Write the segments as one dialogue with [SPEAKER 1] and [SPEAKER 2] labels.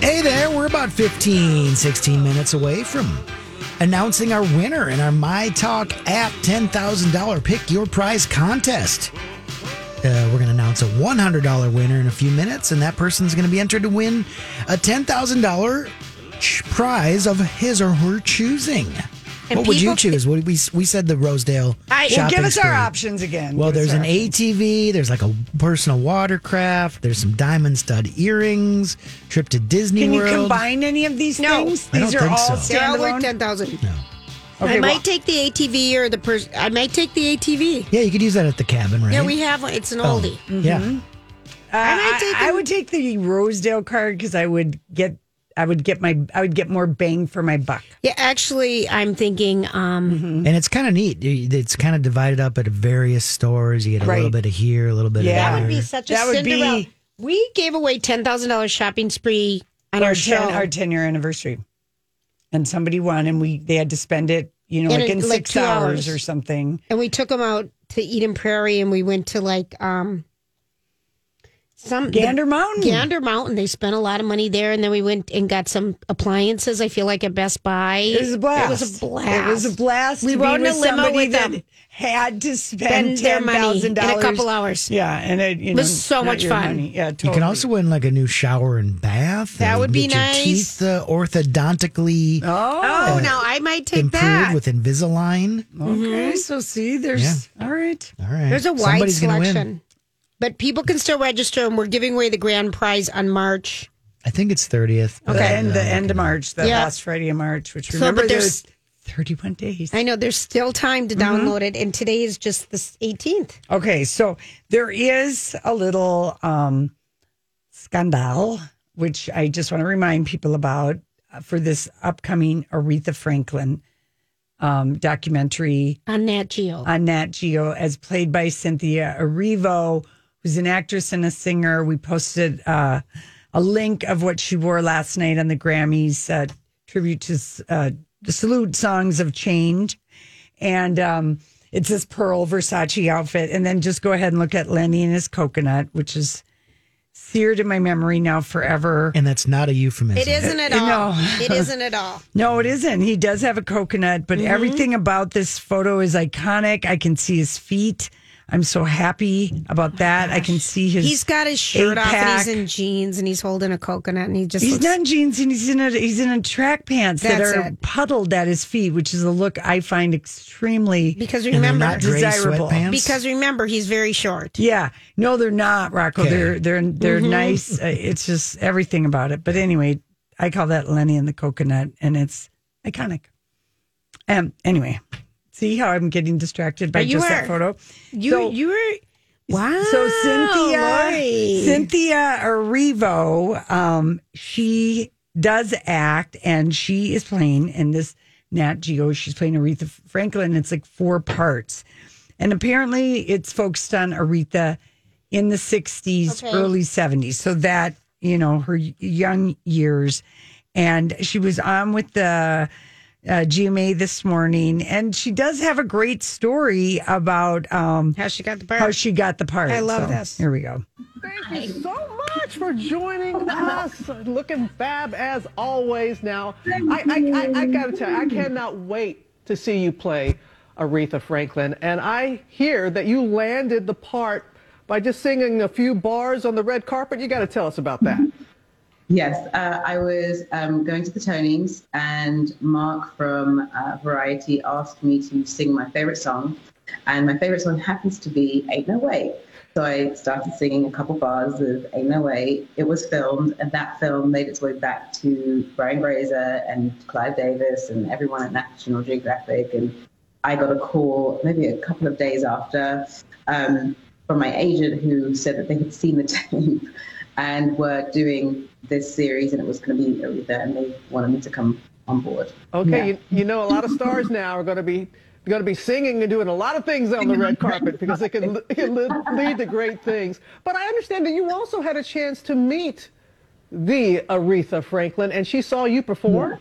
[SPEAKER 1] Hey there, we're about 15, 16 minutes away from announcing our winner in our My Talk app $10,000 pick your prize contest. Uh, we're going to announce a $100 winner in a few minutes, and that person's going to be entered to win a $10,000 ch- prize of his or her choosing.
[SPEAKER 2] And
[SPEAKER 1] what would you
[SPEAKER 2] people-
[SPEAKER 1] choose? What, we, we said the Rosedale.
[SPEAKER 2] I, well,
[SPEAKER 1] shopping
[SPEAKER 2] give us our
[SPEAKER 1] spree.
[SPEAKER 2] options again.
[SPEAKER 1] Well,
[SPEAKER 2] Give us
[SPEAKER 1] there's an
[SPEAKER 2] our-
[SPEAKER 1] ATV, there's like a personal watercraft, there's some diamond stud earrings, trip to Disney
[SPEAKER 2] Can you
[SPEAKER 1] World.
[SPEAKER 2] combine any of these
[SPEAKER 3] No.
[SPEAKER 2] things?
[SPEAKER 1] I
[SPEAKER 2] These
[SPEAKER 1] don't
[SPEAKER 2] are
[SPEAKER 1] think
[SPEAKER 2] all
[SPEAKER 1] so.
[SPEAKER 3] They're all worth
[SPEAKER 2] standalone.
[SPEAKER 3] ten thousand.
[SPEAKER 2] Okay,
[SPEAKER 3] I
[SPEAKER 2] well,
[SPEAKER 3] might take the ATV or the person. I might take the ATV.
[SPEAKER 1] Yeah, you could use that at the cabin, right?
[SPEAKER 3] Yeah, we have one. It's an
[SPEAKER 1] Oh,
[SPEAKER 3] oldie.
[SPEAKER 1] Yeah.
[SPEAKER 2] uh, I,
[SPEAKER 3] might take
[SPEAKER 2] I
[SPEAKER 3] them-
[SPEAKER 2] would take the Rosedale card because I would get. I would get my. I would get more bang for my buck.
[SPEAKER 3] Yeah, actually, I'm thinking. Um,
[SPEAKER 1] And it's kind of neat. It's kind of divided up at various stores. You get a little
[SPEAKER 2] Right.
[SPEAKER 1] bit of here, a little bit
[SPEAKER 2] Yeah.
[SPEAKER 1] of
[SPEAKER 3] That
[SPEAKER 1] there.
[SPEAKER 3] would be such a
[SPEAKER 2] That would be-
[SPEAKER 3] Cinderella. we gave away ten thousand dollars shopping spree on
[SPEAKER 2] Our
[SPEAKER 3] our
[SPEAKER 2] ten,
[SPEAKER 3] show.
[SPEAKER 2] our ten year anniversary, and somebody won, and we they had to spend it. You know,
[SPEAKER 3] In
[SPEAKER 2] like
[SPEAKER 3] a-
[SPEAKER 2] in
[SPEAKER 3] like
[SPEAKER 2] six
[SPEAKER 3] two
[SPEAKER 2] hours
[SPEAKER 3] hours.
[SPEAKER 2] or something.
[SPEAKER 3] and we took them out to Eden Prairie, and we went to like um, some the-
[SPEAKER 2] Gander Mountain.
[SPEAKER 3] Gander Mountain. They spent a lot of money there, and then we went and got some appliances. I feel like at Best Buy.
[SPEAKER 2] It was a blast.
[SPEAKER 3] It was a blast.
[SPEAKER 2] It was a blast.
[SPEAKER 3] We
[SPEAKER 2] to be
[SPEAKER 3] rode in a
[SPEAKER 2] with
[SPEAKER 3] limo
[SPEAKER 2] somebody
[SPEAKER 3] with
[SPEAKER 2] that
[SPEAKER 3] them.
[SPEAKER 2] Had to
[SPEAKER 3] Spend
[SPEAKER 2] spend
[SPEAKER 3] their money in
[SPEAKER 2] $10,000.
[SPEAKER 3] a couple hours.
[SPEAKER 2] Yeah, and it you know,
[SPEAKER 3] was so
[SPEAKER 2] not
[SPEAKER 3] much
[SPEAKER 2] your
[SPEAKER 3] fun.
[SPEAKER 2] money. Yeah, totally.
[SPEAKER 1] You can also win like a new shower and bath.
[SPEAKER 3] That
[SPEAKER 1] or
[SPEAKER 3] would be
[SPEAKER 1] get your
[SPEAKER 3] nice.
[SPEAKER 1] Teeth uh, orthodontically
[SPEAKER 2] Oh,
[SPEAKER 3] Oh, now I might take
[SPEAKER 1] improved
[SPEAKER 3] that.
[SPEAKER 1] with Invisalign.
[SPEAKER 2] okay. So see, there's all right.
[SPEAKER 1] All right.
[SPEAKER 3] Mm-hmm. There's a wide
[SPEAKER 1] Somebody's gonna win.
[SPEAKER 3] selection. But people can still register, and we're giving away the grand prize on March.
[SPEAKER 1] I think it's thirtieth.
[SPEAKER 2] The end, the end of March, the
[SPEAKER 3] Yeah.
[SPEAKER 2] last Friday of March. Which
[SPEAKER 3] So,
[SPEAKER 2] remember,
[SPEAKER 3] but
[SPEAKER 2] there's
[SPEAKER 3] there's-
[SPEAKER 2] 31 days.
[SPEAKER 3] I know there's still time to
[SPEAKER 2] Mm-hmm.
[SPEAKER 3] download it, and today is just the 18th.
[SPEAKER 2] Okay, so there is a little um, scandal, which I just want to remind people about uh, for this upcoming Aretha Franklin um, documentary
[SPEAKER 3] on Nat Geo.
[SPEAKER 2] on Nat Geo, as played by Cynthia Erivo, who's an actress and a singer. We posted uh, a link of what she wore last night on the Grammys uh, tribute to uh, the salute songs of change, and um, it's this pearl Versace outfit. And then just go ahead and look at Lenny and his coconut, which is seared in my memory now forever.
[SPEAKER 1] and that's not a euphemism.
[SPEAKER 3] it isn't at all.
[SPEAKER 2] know.
[SPEAKER 3] It isn't at all.
[SPEAKER 2] No, it isn't. He does have a coconut,
[SPEAKER 3] Mm-hmm.
[SPEAKER 2] but everything about this photo is iconic. I can see his feet. I'm so happy about that. I can see his.
[SPEAKER 3] Oh He's got his shirt off and
[SPEAKER 2] eight-pack.
[SPEAKER 3] he's in jeans and he's holding a coconut and he just
[SPEAKER 2] He's
[SPEAKER 3] looks,
[SPEAKER 2] not in jeans and he's in a he's in a track pants
[SPEAKER 3] That's
[SPEAKER 2] that are
[SPEAKER 3] it.
[SPEAKER 2] puddled at his feet, which is a look I find extremely.
[SPEAKER 3] because
[SPEAKER 1] And they're
[SPEAKER 3] remember
[SPEAKER 1] not gray
[SPEAKER 2] desirable.
[SPEAKER 1] sweatpants.
[SPEAKER 3] because remember he's very short.
[SPEAKER 2] Yeah, no, they're not Rocco.
[SPEAKER 1] Okay.
[SPEAKER 2] They're they're they're
[SPEAKER 3] Mm-hmm.
[SPEAKER 2] nice. Uh, It's just everything about it. But anyway, I call that Lenny and the coconut, and it's iconic. Um. Anyway, see how I'm getting distracted by
[SPEAKER 3] But you
[SPEAKER 2] just that
[SPEAKER 3] are.
[SPEAKER 2] photo.
[SPEAKER 3] You
[SPEAKER 2] So-
[SPEAKER 3] you were wow.
[SPEAKER 2] So Cynthia
[SPEAKER 3] Oh, Lori.
[SPEAKER 2] Cynthia Erivo, um, she does act and she is playing in this Nat Geo. She's playing Aretha Franklin. It's like four parts. And apparently it's focused on Aretha in the 60s,
[SPEAKER 3] Okay.
[SPEAKER 2] early 70s. So that, you know, her young years. And she was on with the uh, GMA this morning. And she does have a great story about um,
[SPEAKER 3] how she got the part.
[SPEAKER 2] how she got the part.
[SPEAKER 3] I love this.
[SPEAKER 2] Here we go.
[SPEAKER 4] Thank you so much for joining us. Looking fab as always. Now, I, I, I, I gotta tell you, I cannot wait to see you play Aretha Franklin. And I hear that you landed the part by just singing a few bars on the red carpet. You gotta tell us about that. Yes, uh, I was um, going to the Tonys, and Mark from uh, Variety asked me to sing my favorite song, and my favorite song happens to be "Ain't No Way." So I started singing a couple bars of "Ain't No Way." It was filmed, and that film made its way back to Brian Grazer and Clive Davis and everyone at National Geographic. And I got a call maybe a couple of days after um, from my agent who said that they had seen the tape and were doing this series, and it was going to be Aretha, and they wanted me to come on board.
[SPEAKER 5] Okay, you, you know a lot of stars now are going to be going to be singing and doing a lot of things on the red carpet because it can, it can li- lead to great things. But I understand that you also had a chance to meet the Aretha Franklin, and she saw you perform.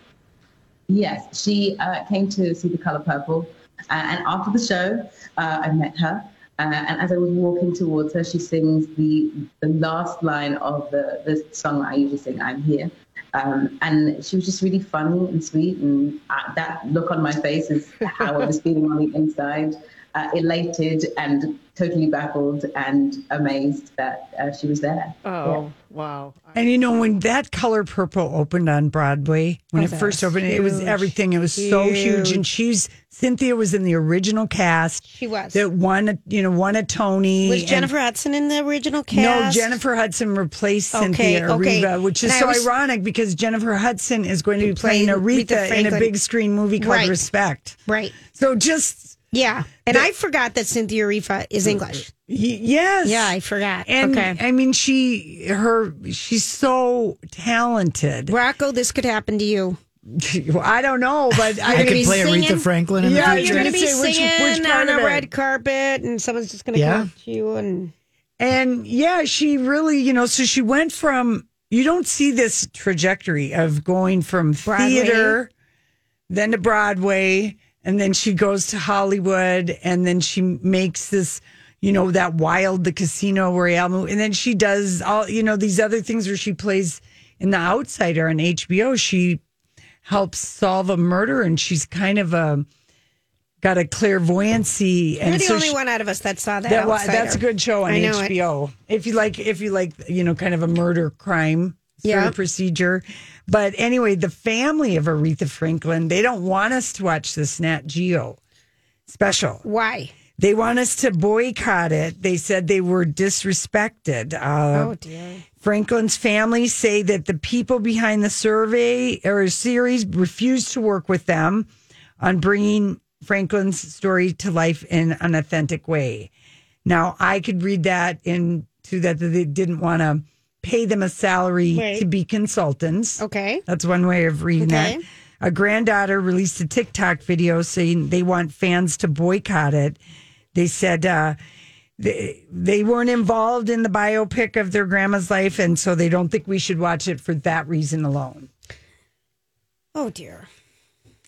[SPEAKER 4] Yes, she uh, came to see The Color Purple, uh, and after the show, uh, I met her. Uh, and as I was walking towards her, she sings the the last line of the, the song that I usually sing, "I'm Here," um, and she was just really funny and sweet. And uh, that look on my face is how I was feeling on the inside, uh, elated and totally baffled and amazed that uh, she was there.
[SPEAKER 5] Oh, wow.
[SPEAKER 2] And you know, when that color purple opened on Broadway, when it first opened, it was
[SPEAKER 6] huge.
[SPEAKER 2] everything. It was so huge. And she's Cynthia was in the original cast.
[SPEAKER 6] She was.
[SPEAKER 2] That won, you know, won a Tony.
[SPEAKER 3] Was
[SPEAKER 2] and-
[SPEAKER 3] Jennifer Hudson in the original
[SPEAKER 2] No,
[SPEAKER 3] cast?
[SPEAKER 2] Jennifer Hudson replaced
[SPEAKER 3] Okay,
[SPEAKER 2] Cynthia
[SPEAKER 3] okay.
[SPEAKER 2] Erivo, which is
[SPEAKER 3] And I
[SPEAKER 2] so
[SPEAKER 3] was-
[SPEAKER 2] ironic because Jennifer Hudson is going to be playing
[SPEAKER 3] Playing Aretha
[SPEAKER 2] Aretha in a
[SPEAKER 3] Franklin.
[SPEAKER 2] big screen movie called
[SPEAKER 3] Right.
[SPEAKER 2] Respect.
[SPEAKER 3] Right.
[SPEAKER 2] So just
[SPEAKER 3] Yeah. And I forgot that Cynthia Rifa is English.
[SPEAKER 2] y- yes,
[SPEAKER 3] Yeah, I forgot.
[SPEAKER 2] And
[SPEAKER 3] okay.
[SPEAKER 2] I mean, she her she's so talented.
[SPEAKER 3] Rocco, this could happen to you.
[SPEAKER 2] Well, I don't know, but I,
[SPEAKER 1] I
[SPEAKER 2] mean,
[SPEAKER 1] could play
[SPEAKER 3] singing.
[SPEAKER 1] Aretha Franklin in
[SPEAKER 2] Yeah,
[SPEAKER 1] the
[SPEAKER 3] You're
[SPEAKER 1] future.
[SPEAKER 3] going to
[SPEAKER 2] gonna
[SPEAKER 3] be
[SPEAKER 2] say, which-
[SPEAKER 3] singing
[SPEAKER 2] which part
[SPEAKER 3] on
[SPEAKER 2] of
[SPEAKER 3] a
[SPEAKER 2] it?
[SPEAKER 3] red carpet, and someone's just going to
[SPEAKER 1] Yeah.
[SPEAKER 3] come up to you. And
[SPEAKER 2] And yeah, she really, you know, so she went from you don't see this trajectory of going from
[SPEAKER 3] Broadway.
[SPEAKER 2] theater then to Broadway and then she goes to Hollywood and then she makes this you know that wild the casino royale movie and then she does all you know these other things where she plays in the outsider on HBO she helps solve a murder and she's kind of a got a clairvoyancy
[SPEAKER 3] you're
[SPEAKER 2] and
[SPEAKER 3] the
[SPEAKER 2] so
[SPEAKER 3] only
[SPEAKER 2] she-
[SPEAKER 3] one out of us that saw that.
[SPEAKER 2] that wa-
[SPEAKER 3] Outsider.
[SPEAKER 2] that's a good show on
[SPEAKER 3] I know it.
[SPEAKER 2] HBO. If you like, if you like, you know, kind of a murder crime sort
[SPEAKER 3] Yeah.
[SPEAKER 2] of procedure. But anyway, the family of Aretha Franklin they don't want us to watch this Nat Geo special.
[SPEAKER 3] Why?
[SPEAKER 2] They want us to boycott it. They said they were disrespected. Uh,
[SPEAKER 3] Oh, dear.
[SPEAKER 2] Franklin's family say that the people behind the survey or series refused to work with them on bringing Franklin's story to life in an authentic way. Now, I could read that into that they didn't want to pay them a salary
[SPEAKER 3] Right.
[SPEAKER 2] to be consultants.
[SPEAKER 3] Okay.
[SPEAKER 2] That's one way of reading
[SPEAKER 3] Okay.
[SPEAKER 2] that. A granddaughter released a TikTok video saying they want fans to boycott it. They said uh, they, they weren't involved in the biopic of their grandma's life, and so they don't think we should watch it for that reason alone.
[SPEAKER 3] Oh, dear.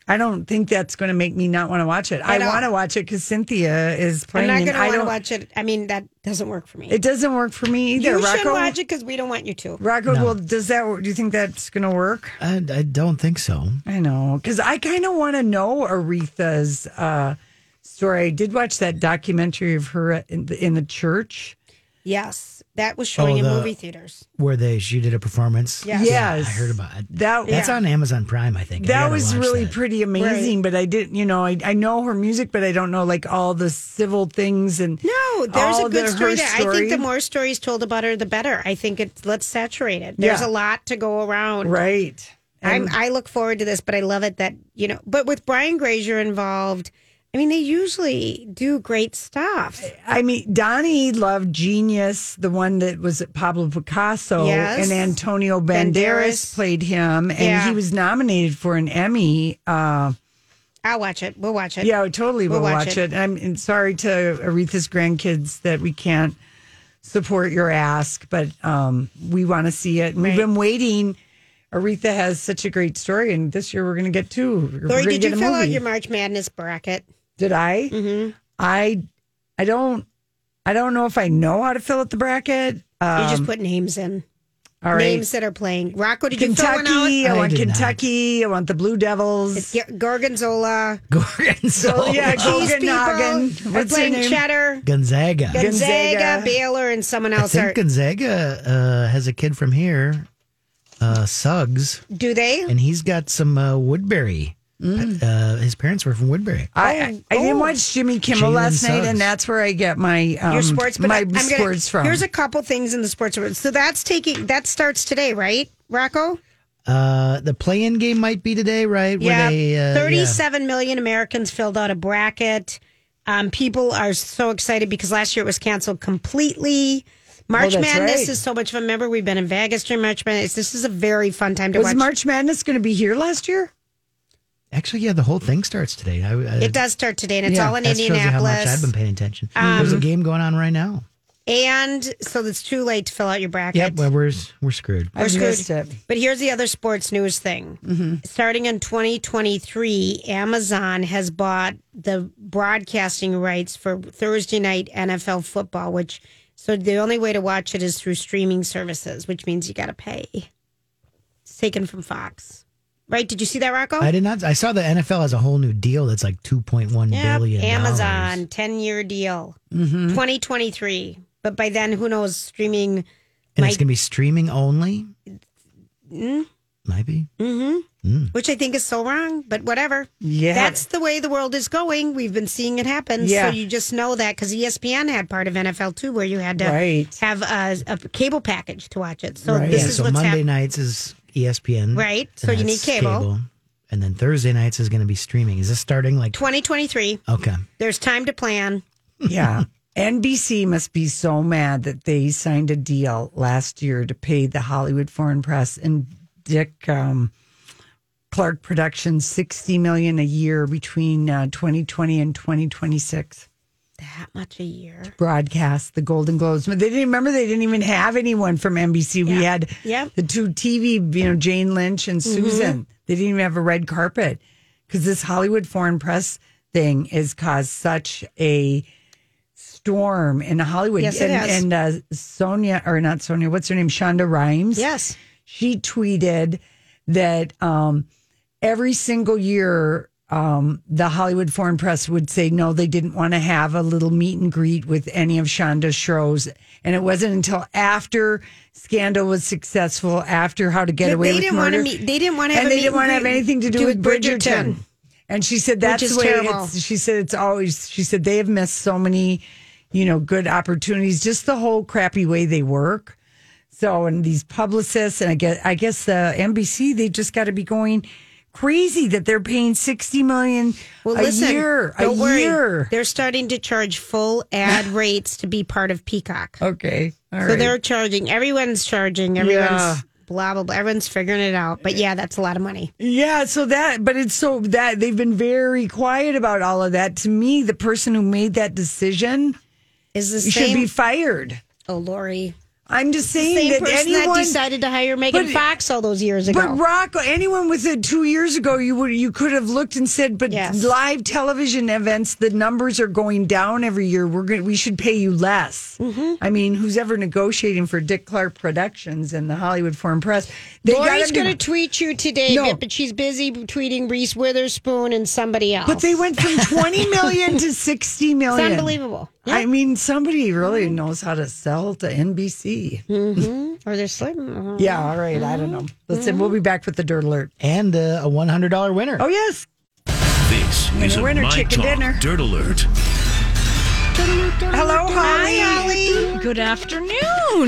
[SPEAKER 2] I don't think that's going to make me not want to watch it. I
[SPEAKER 3] At all.
[SPEAKER 2] want to watch it because Cynthia is
[SPEAKER 3] I'm
[SPEAKER 2] playing.
[SPEAKER 3] not
[SPEAKER 2] and
[SPEAKER 3] going to
[SPEAKER 2] I
[SPEAKER 3] want to
[SPEAKER 2] don't-
[SPEAKER 3] watch it. I mean, that doesn't work for me.
[SPEAKER 2] It doesn't work for me either.
[SPEAKER 3] you should
[SPEAKER 2] Rocco,
[SPEAKER 3] watch it because we don't want you to.
[SPEAKER 2] Rocco, well, does that? Do you think that's going to work?
[SPEAKER 1] I, I don't think so.
[SPEAKER 2] I know, because I kind of want to know Aretha's uh, story. I did watch that documentary of her in the, in the church.
[SPEAKER 3] Yes. That was showing
[SPEAKER 1] Oh, the-
[SPEAKER 3] in movie theaters.
[SPEAKER 1] Where they she did a performance.
[SPEAKER 3] Yes.
[SPEAKER 2] Yes.
[SPEAKER 1] I heard about it.
[SPEAKER 2] That-
[SPEAKER 1] that's
[SPEAKER 3] Yeah.
[SPEAKER 1] on Amazon Prime. I think I
[SPEAKER 2] That
[SPEAKER 1] gotta
[SPEAKER 2] was
[SPEAKER 1] watch
[SPEAKER 2] really
[SPEAKER 1] that.
[SPEAKER 2] pretty amazing, but I didn't, you know, I, I know her music, but I don't know like all the civil things and
[SPEAKER 3] No, there's
[SPEAKER 2] all
[SPEAKER 3] a good
[SPEAKER 2] the-
[SPEAKER 3] story
[SPEAKER 2] her
[SPEAKER 3] there. I think
[SPEAKER 2] story.
[SPEAKER 3] the more stories told about her, the better. I think it let's saturate it. There's
[SPEAKER 2] Yeah.
[SPEAKER 3] a lot to go around.
[SPEAKER 2] right.
[SPEAKER 3] I'm, I look forward to this, but I love it that you know. But with Brian Grazer involved, I mean, they usually do great stuff.
[SPEAKER 2] I mean, Donnie loved Genius, the one that was at Pablo Picasso,
[SPEAKER 3] Yes.
[SPEAKER 2] and Antonio Banderas,
[SPEAKER 3] Banderas.
[SPEAKER 2] played him, and
[SPEAKER 3] Yeah.
[SPEAKER 2] he was nominated for an Emmy. Uh,
[SPEAKER 3] I'll watch it. We'll watch it.
[SPEAKER 2] Yeah, I totally will
[SPEAKER 3] We'll
[SPEAKER 2] watch,
[SPEAKER 3] watch
[SPEAKER 2] it.
[SPEAKER 3] it.
[SPEAKER 2] I'm and sorry to Aretha's grandkids that we can't support your ask, but um, we want to see it. And We've
[SPEAKER 3] Right.
[SPEAKER 2] been waiting. Aretha has such a great story, and this year we're going to get two. We're
[SPEAKER 3] Lori,
[SPEAKER 2] gonna
[SPEAKER 3] did
[SPEAKER 2] get
[SPEAKER 3] you
[SPEAKER 2] a
[SPEAKER 3] fill out
[SPEAKER 2] movie.
[SPEAKER 3] your Mm-hmm. March Madness bracket?
[SPEAKER 2] Did I? I I don't I don't know if I know how to fill out the bracket. Uh,
[SPEAKER 3] you just put names in.
[SPEAKER 2] all right,
[SPEAKER 3] names that are playing. Rocco, did you fill one
[SPEAKER 2] Kentucky.
[SPEAKER 3] out?
[SPEAKER 2] I,
[SPEAKER 1] I
[SPEAKER 2] want
[SPEAKER 1] did not.
[SPEAKER 2] Kentucky. I want the Blue Devils.
[SPEAKER 3] Yeah, Gorgonzola,
[SPEAKER 1] Gorgonzola.
[SPEAKER 2] Oh, yeah,
[SPEAKER 3] cheese
[SPEAKER 2] Golden
[SPEAKER 3] people.
[SPEAKER 2] Noggin.
[SPEAKER 3] are
[SPEAKER 2] What's her
[SPEAKER 3] playing
[SPEAKER 2] name?
[SPEAKER 3] cheddar,
[SPEAKER 1] Gonzaga.
[SPEAKER 3] Gonzaga,
[SPEAKER 2] Gonzaga.
[SPEAKER 3] Baylor, and someone
[SPEAKER 1] I
[SPEAKER 3] else.
[SPEAKER 1] think
[SPEAKER 3] Are,
[SPEAKER 1] Gonzaga uh, has a kid from here. uh, Suggs,
[SPEAKER 3] Do they?
[SPEAKER 1] and he's got some uh, Woodbury.
[SPEAKER 2] Mm.
[SPEAKER 1] Uh, his parents were from Woodbury.
[SPEAKER 2] I, I
[SPEAKER 3] Oh,
[SPEAKER 2] I didn't watch Jimmy Kimmel
[SPEAKER 1] Jalen
[SPEAKER 2] last night,
[SPEAKER 1] Suggs.
[SPEAKER 2] and that's where I get my um,
[SPEAKER 3] Your sports, but
[SPEAKER 2] my
[SPEAKER 3] I, am gonna,
[SPEAKER 2] sports from.
[SPEAKER 3] Here's a couple things in the sports world. So that's taking that starts today, right, Rocco?
[SPEAKER 1] Uh, the play-in game might be today, right? Where they, uh,
[SPEAKER 3] thirty-seven million Americans filled out a bracket. Um, people are so excited because last year it was canceled completely.
[SPEAKER 1] Oh,
[SPEAKER 3] March
[SPEAKER 2] that's
[SPEAKER 3] Madness
[SPEAKER 2] right.
[SPEAKER 3] is so much fun. Remember, we've been in Vegas during March Madness. This is a very fun time to
[SPEAKER 2] was
[SPEAKER 3] watch.
[SPEAKER 2] March Madness going to be here last year?
[SPEAKER 1] yeah. Actually, yeah, the whole thing starts today. I, I,
[SPEAKER 3] it does start today, and it's
[SPEAKER 2] Yeah,
[SPEAKER 3] all in
[SPEAKER 1] that shows you how much I've
[SPEAKER 3] Indianapolis. Um,
[SPEAKER 1] been paying attention. There's a game going on right now.
[SPEAKER 3] and so it's too late to fill out your bracket.
[SPEAKER 1] Yep, well, we're we're screwed.
[SPEAKER 2] I
[SPEAKER 3] We're
[SPEAKER 2] missed
[SPEAKER 3] screwed.
[SPEAKER 2] it.
[SPEAKER 3] But here's the other sports news thing. Starting in 2023, Amazon has bought the broadcasting rights for Thursday night NFL football, which so the only way to watch it is through streaming services, which means you got to pay. It's taken from Fox. Right? Did you see that, Rocco?
[SPEAKER 1] I did not. I saw the NFL has a whole new deal that's like two point one billion.
[SPEAKER 3] Yep,
[SPEAKER 1] dollars.
[SPEAKER 3] Amazon 10 year deal, 2023. But by then, who knows? Streaming
[SPEAKER 1] and
[SPEAKER 3] might
[SPEAKER 1] it's gonna be streaming only.
[SPEAKER 3] Mm.
[SPEAKER 1] Maybe
[SPEAKER 3] which I think is so wrong, but whatever.
[SPEAKER 2] Yeah.
[SPEAKER 3] That's the way the world is going. We've been seeing it happen.
[SPEAKER 2] Yeah.
[SPEAKER 3] So you just know that E because ESPN had part of NFL too, where you had to
[SPEAKER 2] Right.
[SPEAKER 3] have a, a cable package to watch it. So
[SPEAKER 2] Right.
[SPEAKER 3] this
[SPEAKER 1] yeah.
[SPEAKER 3] is
[SPEAKER 1] So
[SPEAKER 3] what's
[SPEAKER 1] Monday
[SPEAKER 3] happening.
[SPEAKER 1] nights is E ESPN,
[SPEAKER 3] Right,
[SPEAKER 1] and
[SPEAKER 3] so you need
[SPEAKER 1] that's
[SPEAKER 3] cable.
[SPEAKER 1] and then Thursday nights is gonna be streaming. Is this starting like
[SPEAKER 3] 2023,
[SPEAKER 1] okay?
[SPEAKER 3] there's time to plan.
[SPEAKER 2] Yeah. NBC must be so mad that they signed a deal last year to pay the Hollywood Foreign Press and Dick um, Clark Productions 60 million a year between uh, 2020 and 2026
[SPEAKER 3] That much a year.
[SPEAKER 2] broadcast the Golden Globes. But they didn't remember they didn't even have anyone from NBC. We had
[SPEAKER 3] Yep.
[SPEAKER 2] the two TV, you know, Jane Lynch
[SPEAKER 3] Mm-hmm.
[SPEAKER 2] and Susan. They didn't even have a red carpet because this Hollywood Foreign Press thing has caused such a storm in Hollywood.
[SPEAKER 3] Yes, it
[SPEAKER 2] and,
[SPEAKER 3] has.
[SPEAKER 2] and uh, Sonia, or not Sonia, what's her name? Shonda Rhimes
[SPEAKER 3] Yes.
[SPEAKER 2] she tweeted that um, every single year um, the Hollywood Foreign Press would say no, they didn't want to have a little meet and greet with any of Shonda's shows, and it wasn't until after Scandal was successful, after How to Get
[SPEAKER 3] But
[SPEAKER 2] Away
[SPEAKER 3] they
[SPEAKER 2] with
[SPEAKER 3] didn't
[SPEAKER 2] Murder,
[SPEAKER 3] wanna meet- they didn't wanna have
[SPEAKER 2] and
[SPEAKER 3] a
[SPEAKER 2] they
[SPEAKER 3] meet and
[SPEAKER 2] didn't want to have
[SPEAKER 3] greet
[SPEAKER 2] anything to do, with Bridgerton. And she said that's
[SPEAKER 3] is
[SPEAKER 2] the way
[SPEAKER 3] terrible.
[SPEAKER 2] it's, she said it's always she said they have missed so many, you know, good opportunities, just the whole crappy way they work. So and these publicists and I guess I guess the NBC they just got to be going crazy that they're paying sixty million
[SPEAKER 3] Well,
[SPEAKER 2] a
[SPEAKER 3] listen,
[SPEAKER 2] year.
[SPEAKER 3] don't
[SPEAKER 2] a
[SPEAKER 3] worry.
[SPEAKER 2] year.
[SPEAKER 3] They're starting to charge full ad rates to be part of Peacock.
[SPEAKER 2] Okay, all right.
[SPEAKER 3] So they're charging. Everyone's charging. Everyone's
[SPEAKER 2] Yeah.
[SPEAKER 3] blah blah blah. Everyone's figuring it out. But yeah, that's a lot of money.
[SPEAKER 2] Yeah, so that, but it's so that they've been very quiet about all of that. To me, the person who made that decision
[SPEAKER 3] Is the
[SPEAKER 2] should
[SPEAKER 3] same?
[SPEAKER 2] be fired.
[SPEAKER 3] oh, Lori.
[SPEAKER 2] I'm just saying
[SPEAKER 3] Same
[SPEAKER 2] that
[SPEAKER 3] person
[SPEAKER 2] anyone,
[SPEAKER 3] that decided to hire Megan
[SPEAKER 2] But-
[SPEAKER 3] Fox all those years ago.
[SPEAKER 2] but Rock, anyone with it two years ago, you would you could have looked and said, but
[SPEAKER 3] Yes.
[SPEAKER 2] live television events, the numbers are going down every year. We're going to we should pay you less.
[SPEAKER 3] Mm-hmm.
[SPEAKER 2] I mean, who's ever negotiating for Dick Clark Productions and the Hollywood Foreign Press? They
[SPEAKER 3] Lori's
[SPEAKER 2] gotta do-
[SPEAKER 3] going to tweet you today,
[SPEAKER 2] No.
[SPEAKER 3] but she's busy tweeting Reese Witherspoon and somebody else.
[SPEAKER 2] But they went from 20 million to 60
[SPEAKER 3] It's
[SPEAKER 2] million.
[SPEAKER 3] unbelievable. Mm-hmm.
[SPEAKER 2] I mean, somebody really knows how to sell to NBC.
[SPEAKER 3] Or they're slim.
[SPEAKER 2] Yeah, all right. I don't know. Listen,
[SPEAKER 3] Mm-hmm.
[SPEAKER 2] we'll be back with the dirt alert.
[SPEAKER 1] And uh, a one hundred dollar winner.
[SPEAKER 2] Oh, yes.
[SPEAKER 7] This is a
[SPEAKER 2] winner,
[SPEAKER 7] My
[SPEAKER 2] chicken
[SPEAKER 7] Talk
[SPEAKER 2] dinner.
[SPEAKER 7] Dirt Alert.
[SPEAKER 2] Hello, Holly.
[SPEAKER 4] Good afternoon.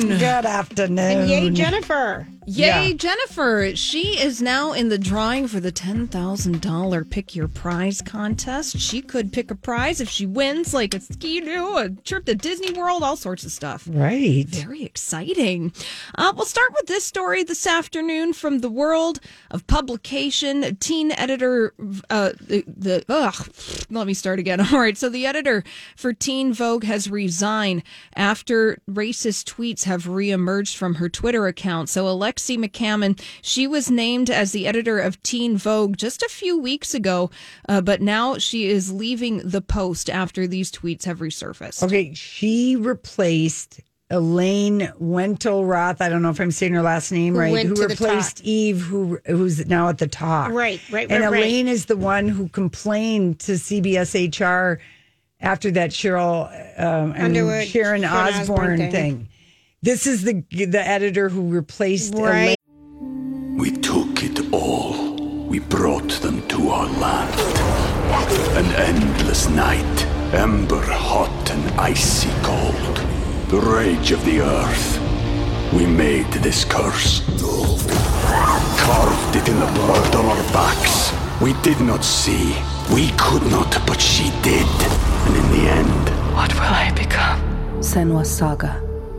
[SPEAKER 2] Good afternoon.
[SPEAKER 3] And yay, Jennifer.
[SPEAKER 4] Yay, Jennifer. She is now in the drawing for the $10,000 Pick Your Prize contest. She could pick a prize if she wins, like a ski do, a trip to Disney World, all sorts of stuff.
[SPEAKER 2] Right.
[SPEAKER 4] Very exciting. Uh, we'll start with this story this afternoon from the world of publication. Teen editor, uh, the, the ugh, let me start again. All right. So the editor for Teen Vogue has resigned after racist tweets have reemerged from her Twitter account. So Alexi McCammon, she was named as the editor of Teen Vogue just a few weeks ago, uh, but now she is leaving the post after these tweets have resurfaced.
[SPEAKER 2] Okay. She replaced Elaine Wentel Roth. I don't know if I'm saying her last name
[SPEAKER 3] Who
[SPEAKER 2] right.
[SPEAKER 3] went
[SPEAKER 2] who
[SPEAKER 3] to the
[SPEAKER 2] replaced
[SPEAKER 3] top.
[SPEAKER 2] Eve, who who's now at the top.
[SPEAKER 3] Right, right,
[SPEAKER 2] And
[SPEAKER 3] right, right.
[SPEAKER 2] Elaine is the one who complained to CBS HR after that Cheryl um, and
[SPEAKER 3] Underwood,
[SPEAKER 2] Sharon
[SPEAKER 3] Sharon
[SPEAKER 2] Osbourne
[SPEAKER 3] Osbourne
[SPEAKER 2] thing.
[SPEAKER 3] thing.
[SPEAKER 2] This is the the editor who replaced
[SPEAKER 3] Right.
[SPEAKER 2] Elaine.
[SPEAKER 7] We took it all. We brought them to our land. An endless night, ember hot and icy cold. The rage of the earth. We made this curse. Carved it in the blood on our backs. We did not see. We could not, but she did. And in the end,
[SPEAKER 8] What will I become? Senwa Saga,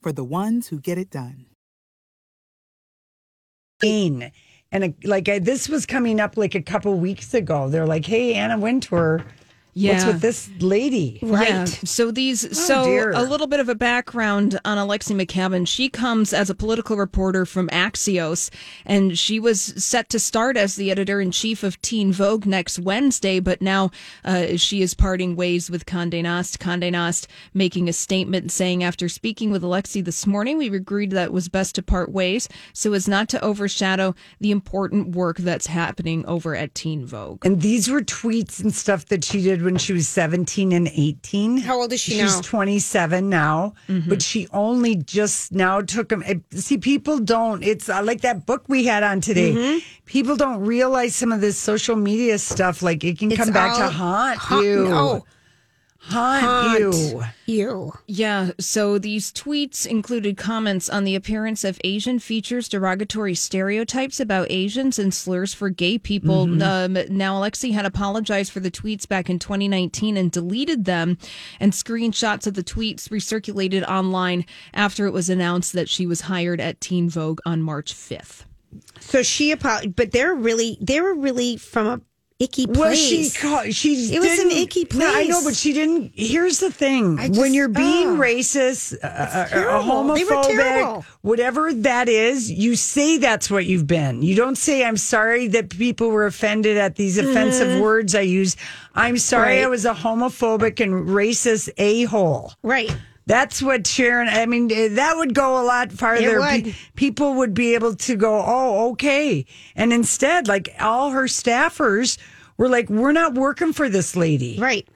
[SPEAKER 9] for the ones who get it done.
[SPEAKER 2] Jane. And uh, like I, this was coming up like a couple weeks ago. They're like, "Hey, Anna Wintour, what's
[SPEAKER 4] Yeah.
[SPEAKER 2] with this lady?"
[SPEAKER 4] Yeah. So these
[SPEAKER 2] Oh,
[SPEAKER 4] so
[SPEAKER 2] dear.
[SPEAKER 4] a little bit of a background on Alexi McCaban. She comes as a political reporter from Axios and she was set to start as the editor in chief of Teen Vogue next Wednesday, but now uh, she is parting ways with Condé Nast. Condé Nast making a statement saying after speaking with Alexi this morning, we agreed that it was best to part ways so as not to overshadow the important work that's happening over at Teen Vogue.
[SPEAKER 2] And these were tweets and stuff that she did when she was 17 and 18.
[SPEAKER 3] How old is she
[SPEAKER 2] She's
[SPEAKER 3] now? Mm-hmm.
[SPEAKER 2] 27 now, but she only just now took them. See, people don't, it's uh, like that book we had on today.
[SPEAKER 3] Mm-hmm.
[SPEAKER 2] People don't realize some of this social media stuff, like it can
[SPEAKER 3] It's
[SPEAKER 2] come back to
[SPEAKER 3] all-
[SPEAKER 2] haunt
[SPEAKER 3] haunt- oh.
[SPEAKER 2] you.
[SPEAKER 3] no.
[SPEAKER 2] Haunt, you.
[SPEAKER 3] you.
[SPEAKER 4] Yeah, so these tweets included comments on the appearance of Asian features, derogatory stereotypes about Asians, and slurs for gay people. Um, now, Alexi had apologized for the tweets back in 2019 and deleted them, and screenshots of the tweets recirculated online after it was announced that she was hired at Teen Vogue on March 5th.
[SPEAKER 3] So she apologized, but they're really they were really from a icky place.
[SPEAKER 2] Well, she called. She
[SPEAKER 3] it was an
[SPEAKER 2] didn't-
[SPEAKER 3] icky place.
[SPEAKER 2] No, I know, but she didn't. Here's the thing:
[SPEAKER 3] I just-
[SPEAKER 2] when you're being
[SPEAKER 3] ugh.
[SPEAKER 2] racist, uh, uh,
[SPEAKER 3] terrible. They were
[SPEAKER 2] homophobic,
[SPEAKER 3] terrible.
[SPEAKER 2] whatever that is, you say that's what you've been. You don't say, "I'm sorry that people were offended at these offensive words I used." I'm sorry, I
[SPEAKER 3] Mm-hmm. Right.
[SPEAKER 2] was a homophobic and racist a hole.
[SPEAKER 3] right.
[SPEAKER 2] That's what Sharon. I mean, eh, that would go a lot farther.
[SPEAKER 3] would.
[SPEAKER 2] Pe- people would be able to go, oh, okay. And instead, like all her staffers were like, we're not working for this lady.
[SPEAKER 3] Right.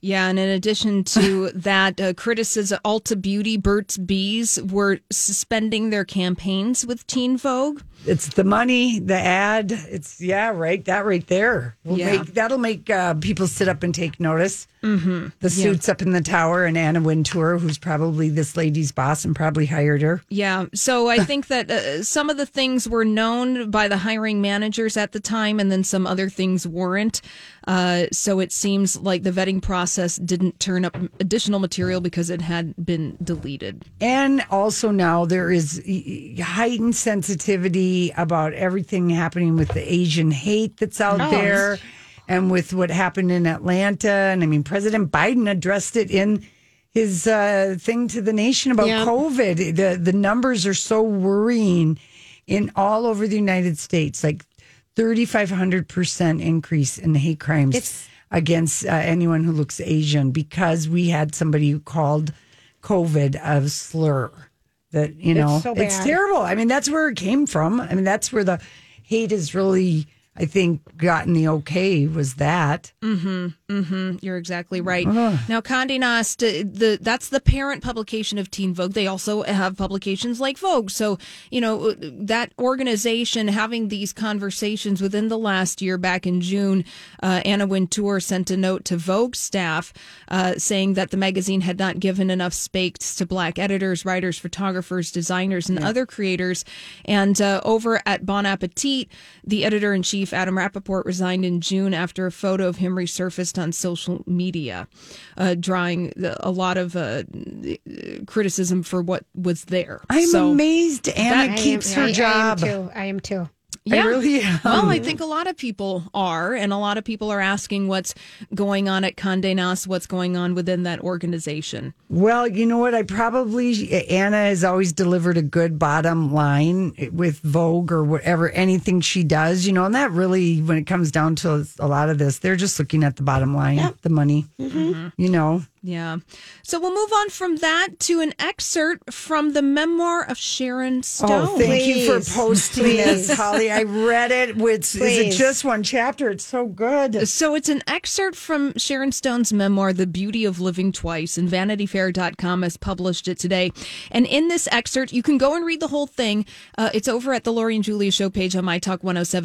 [SPEAKER 4] Yeah, and in addition to that, uh, criticism Alta Beauty, Burt's Bees were suspending their campaigns with Teen Vogue.
[SPEAKER 2] It's the money, the ad. It's yeah, right. That right there. Will
[SPEAKER 4] Yeah.
[SPEAKER 2] make, that'll make uh, people sit up and take notice. Mm-hmm. The suits up in the tower and Anna Wintour, who's probably this lady's boss and probably hired her.
[SPEAKER 4] Yeah. So I think that uh, some of the things were known by the hiring managers at the time, and then some other things weren't. Uh, so it seems like the vetting process didn't turn up additional material because it had been deleted.
[SPEAKER 2] And also now there is e- e- heightened sensitivity about everything happening with the Asian hate that's out
[SPEAKER 3] Oh.
[SPEAKER 2] there and with what happened in Atlanta. And I mean, President Biden addressed it in his uh, thing to the nation about
[SPEAKER 3] Yeah.
[SPEAKER 2] COVID. The, the numbers are so worrying in all over the United States, like 3,500% increase in hate crimes
[SPEAKER 3] It's-
[SPEAKER 2] against uh, anyone who looks Asian because we had somebody who called COVID a slur. That you
[SPEAKER 3] It's
[SPEAKER 2] know,
[SPEAKER 3] so bad.
[SPEAKER 2] terrible. I mean, that's where it came from. I mean, that's where the hate has really, I think, gotten the okay was that.
[SPEAKER 4] You're exactly right. Now, Condé Nast, uh, the that's the parent publication of Teen Vogue. They also have publications like Vogue. So you know uh, that organization having these conversations within the last year. Back in June, uh, Anna Wintour sent a note to Vogue staff uh, saying that the magazine had not given enough space to black editors, writers, photographers, designers, and other creators. And uh, over at Bon Appetit, the editor in chief, Adam Rappaport, resigned in June after a photo of him resurfaced on social media, uh, drawing the, a lot of uh, criticism for what was there.
[SPEAKER 2] I'm
[SPEAKER 4] so,
[SPEAKER 2] amazed Anna
[SPEAKER 3] I am-
[SPEAKER 2] keeps her
[SPEAKER 3] I-
[SPEAKER 2] job.
[SPEAKER 3] I am too. I am too.
[SPEAKER 4] Yeah.
[SPEAKER 2] I really am.
[SPEAKER 4] Well, I think a lot of people are, and a lot of people are asking what's going on at Condé Nast, what's going on within that organization.
[SPEAKER 2] Well, you know what? I probably Anna has always delivered a good bottom line with Vogue or whatever anything she does. You know, and that really, when it comes down to a lot of this, they're just looking at the bottom line,
[SPEAKER 4] Yep.
[SPEAKER 2] the money.
[SPEAKER 4] Mhm.
[SPEAKER 2] You know,
[SPEAKER 4] Yeah. So we'll move on from that to an excerpt from the memoir of Sharon Stone.
[SPEAKER 2] Oh, thank you for posting this, Holly. I read it. With is it
[SPEAKER 4] Please.
[SPEAKER 2] just one chapter? It's so good.
[SPEAKER 4] So it's an excerpt from Sharon Stone's memoir, The Beauty of Living Twice, and VanityFair.com has published it today. And in this excerpt, you can go and read the whole thing. Uh, it's over at the Lori and Julia show page on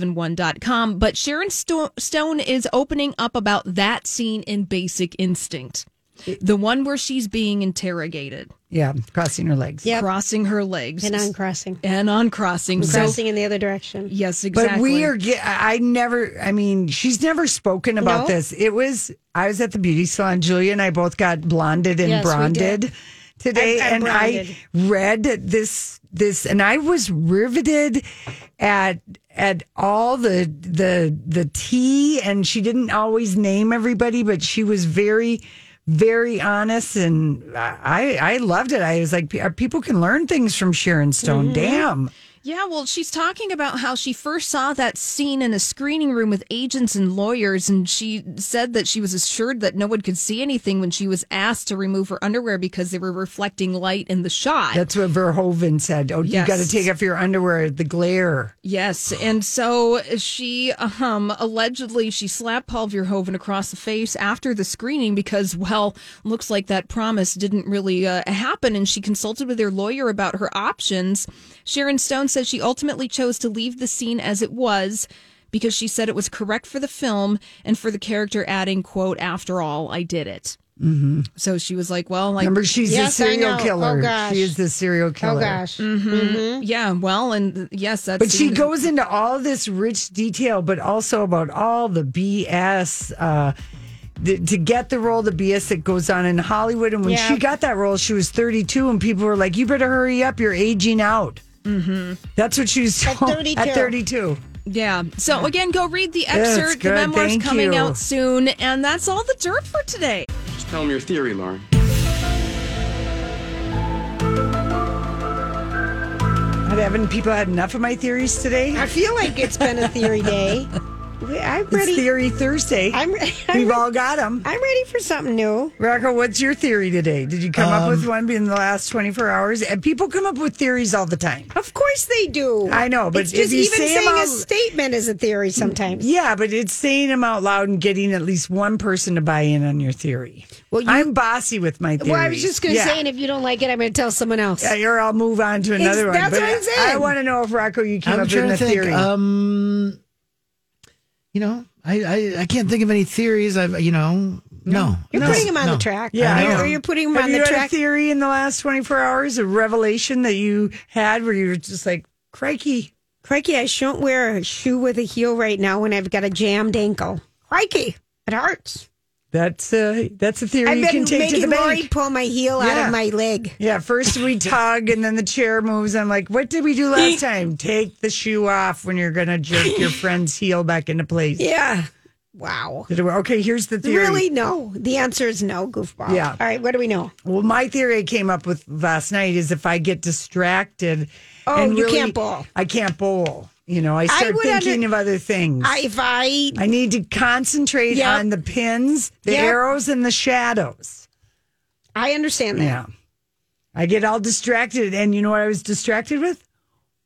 [SPEAKER 4] mytalk1071.com. But Sharon Sto- Stone is opening up about that scene in Basic Instinct, the one where she's being interrogated.
[SPEAKER 2] Yeah, crossing her legs.
[SPEAKER 4] Crossing her legs.
[SPEAKER 3] And uncrossing.
[SPEAKER 4] And uncrossing. So-
[SPEAKER 3] Crossing in the other direction.
[SPEAKER 4] Yes,
[SPEAKER 2] But we
[SPEAKER 4] exactly.
[SPEAKER 2] are. ge- I I never. I mean, she's never spoken about
[SPEAKER 3] No.
[SPEAKER 2] this. It was. I was at the beauty salon. Julia and I both got blonded and
[SPEAKER 3] Yes, we
[SPEAKER 2] bronded
[SPEAKER 3] did.
[SPEAKER 2] today,
[SPEAKER 3] I'm- I'm
[SPEAKER 2] and I read this. This and I was riveted at at all the the the tea. And she didn't always name everybody, but she was very. Very honest, and I I loved it. I was like, "Pe- people can learn things from Sharon Stone.
[SPEAKER 3] Mm-hmm.
[SPEAKER 2] Damn,
[SPEAKER 4] Yeah, well, she's talking about how she first saw that scene in a screening room with agents and lawyers, and she said that she was assured that no one could see anything when she was asked to remove her underwear because they were reflecting light in the shot.
[SPEAKER 2] That's what Verhoeven said. Oh,
[SPEAKER 4] Yes.
[SPEAKER 2] you got to take off your underwear, the glare.
[SPEAKER 4] Yes, and so she um allegedly she slapped Paul Verhoeven across the face after the screening because well, looks like that promise didn't really uh, happen and she consulted with her lawyer about her options. Sharon Stone says she ultimately chose to leave the scene as it was because she said it was correct for the film and for the character adding quote after all I did it.
[SPEAKER 2] Mm-hmm.
[SPEAKER 4] So she was like, well, like
[SPEAKER 2] Remember, she's a serial killer. She is the serial
[SPEAKER 3] Oh,
[SPEAKER 2] killer.
[SPEAKER 3] Mm-hmm.
[SPEAKER 4] Mhm. Yeah, well, and yes, that's
[SPEAKER 2] But she goes into all this rich detail, but also about all the BS. Uh, th- to get the role, the BS that goes on in Hollywood. And when
[SPEAKER 4] Yeah.
[SPEAKER 2] she got that role, she was 32, and people were like, you better hurry up. You're aging out.
[SPEAKER 4] Mhm.
[SPEAKER 2] That's what she was told
[SPEAKER 4] 32.
[SPEAKER 2] At 32.
[SPEAKER 4] Yeah. So again, go read the
[SPEAKER 2] That's
[SPEAKER 4] excerpt. The
[SPEAKER 2] good.
[SPEAKER 4] memoir's
[SPEAKER 2] Thank
[SPEAKER 4] coming
[SPEAKER 2] you.
[SPEAKER 4] out soon, and that's all the dirt for today.
[SPEAKER 10] Just tell him your theory, Lauren.
[SPEAKER 2] But haven't people had enough of my theories today?
[SPEAKER 3] I feel like it's been a theory day. I'm
[SPEAKER 2] It's
[SPEAKER 3] ready.
[SPEAKER 2] Theory Thursday.
[SPEAKER 3] I'm,
[SPEAKER 2] We've all got them.
[SPEAKER 3] I'm ready for something new.
[SPEAKER 2] Rocco, what's your theory today? Did you come up
[SPEAKER 3] Um,
[SPEAKER 2] with one in the last 24 hours? And people come up with theories all the time.
[SPEAKER 3] Of course they do.
[SPEAKER 2] I know, but
[SPEAKER 3] it's
[SPEAKER 2] if
[SPEAKER 3] just
[SPEAKER 2] you
[SPEAKER 3] even
[SPEAKER 2] say 'em
[SPEAKER 3] saying a
[SPEAKER 2] out-
[SPEAKER 3] statement is a theory sometimes.
[SPEAKER 2] Yeah, but it's saying them out loud and getting at least one person to buy in on your theory. Well, I'm bossy with my theories.
[SPEAKER 3] Well, I was just going to
[SPEAKER 2] Yeah.
[SPEAKER 3] say, and if you don't like it, I'm going to tell someone else.
[SPEAKER 2] Yeah, or I'll move on to another one.
[SPEAKER 3] That's
[SPEAKER 2] but
[SPEAKER 3] what I'm saying.
[SPEAKER 2] I want to know if Rocco, you came
[SPEAKER 3] I'm
[SPEAKER 2] up
[SPEAKER 3] trying
[SPEAKER 2] with
[SPEAKER 3] to
[SPEAKER 2] a
[SPEAKER 3] think,
[SPEAKER 2] theory.
[SPEAKER 1] Um, you know, I, I I can't think of any theories. I've you know, no.
[SPEAKER 3] You're
[SPEAKER 1] no,
[SPEAKER 3] putting him on
[SPEAKER 1] no.
[SPEAKER 3] the track.
[SPEAKER 2] Yeah, I
[SPEAKER 3] Or-
[SPEAKER 2] know.
[SPEAKER 3] or you're putting him
[SPEAKER 2] Have
[SPEAKER 3] on
[SPEAKER 2] you
[SPEAKER 3] the
[SPEAKER 2] had
[SPEAKER 3] track.
[SPEAKER 2] A theory in the last 24 hours, a revelation that you had where you were just like, crikey.
[SPEAKER 3] Crikey, I shouldn't wear a shoe with a heel right now when I've got a jammed ankle. Crikey, it hurts.
[SPEAKER 2] That's a that's a theory
[SPEAKER 3] I've
[SPEAKER 2] you
[SPEAKER 3] been
[SPEAKER 2] can take to
[SPEAKER 3] making
[SPEAKER 2] the
[SPEAKER 3] Lori
[SPEAKER 2] bank.
[SPEAKER 3] pull my heel out
[SPEAKER 2] Yeah.
[SPEAKER 3] of my leg.
[SPEAKER 2] Yeah, first we tug and then the chair moves. I'm like, what did we do last time? Take the shoe off when you're going to jerk your friend's heel back into place.
[SPEAKER 3] Yeah. Wow.
[SPEAKER 2] Did it work? Okay, here's the theory.
[SPEAKER 3] Really? No. The answer is no, goofball.
[SPEAKER 2] Yeah.
[SPEAKER 3] All right. What do we know?
[SPEAKER 2] Well, my theory I came up with last night is if I get distracted.
[SPEAKER 3] Oh,
[SPEAKER 2] and
[SPEAKER 3] you
[SPEAKER 2] really-
[SPEAKER 3] can't bowl.
[SPEAKER 2] I can't bowl. You know, I start
[SPEAKER 3] would
[SPEAKER 2] thinking
[SPEAKER 3] under-
[SPEAKER 2] of other things.
[SPEAKER 3] I, if I
[SPEAKER 2] I need to concentrate
[SPEAKER 3] Yep.
[SPEAKER 2] on the pins, the
[SPEAKER 3] Yep.
[SPEAKER 2] arrows, and the shadows.
[SPEAKER 3] I understand that.
[SPEAKER 2] Yeah. I get all distracted. And you know what I was distracted with?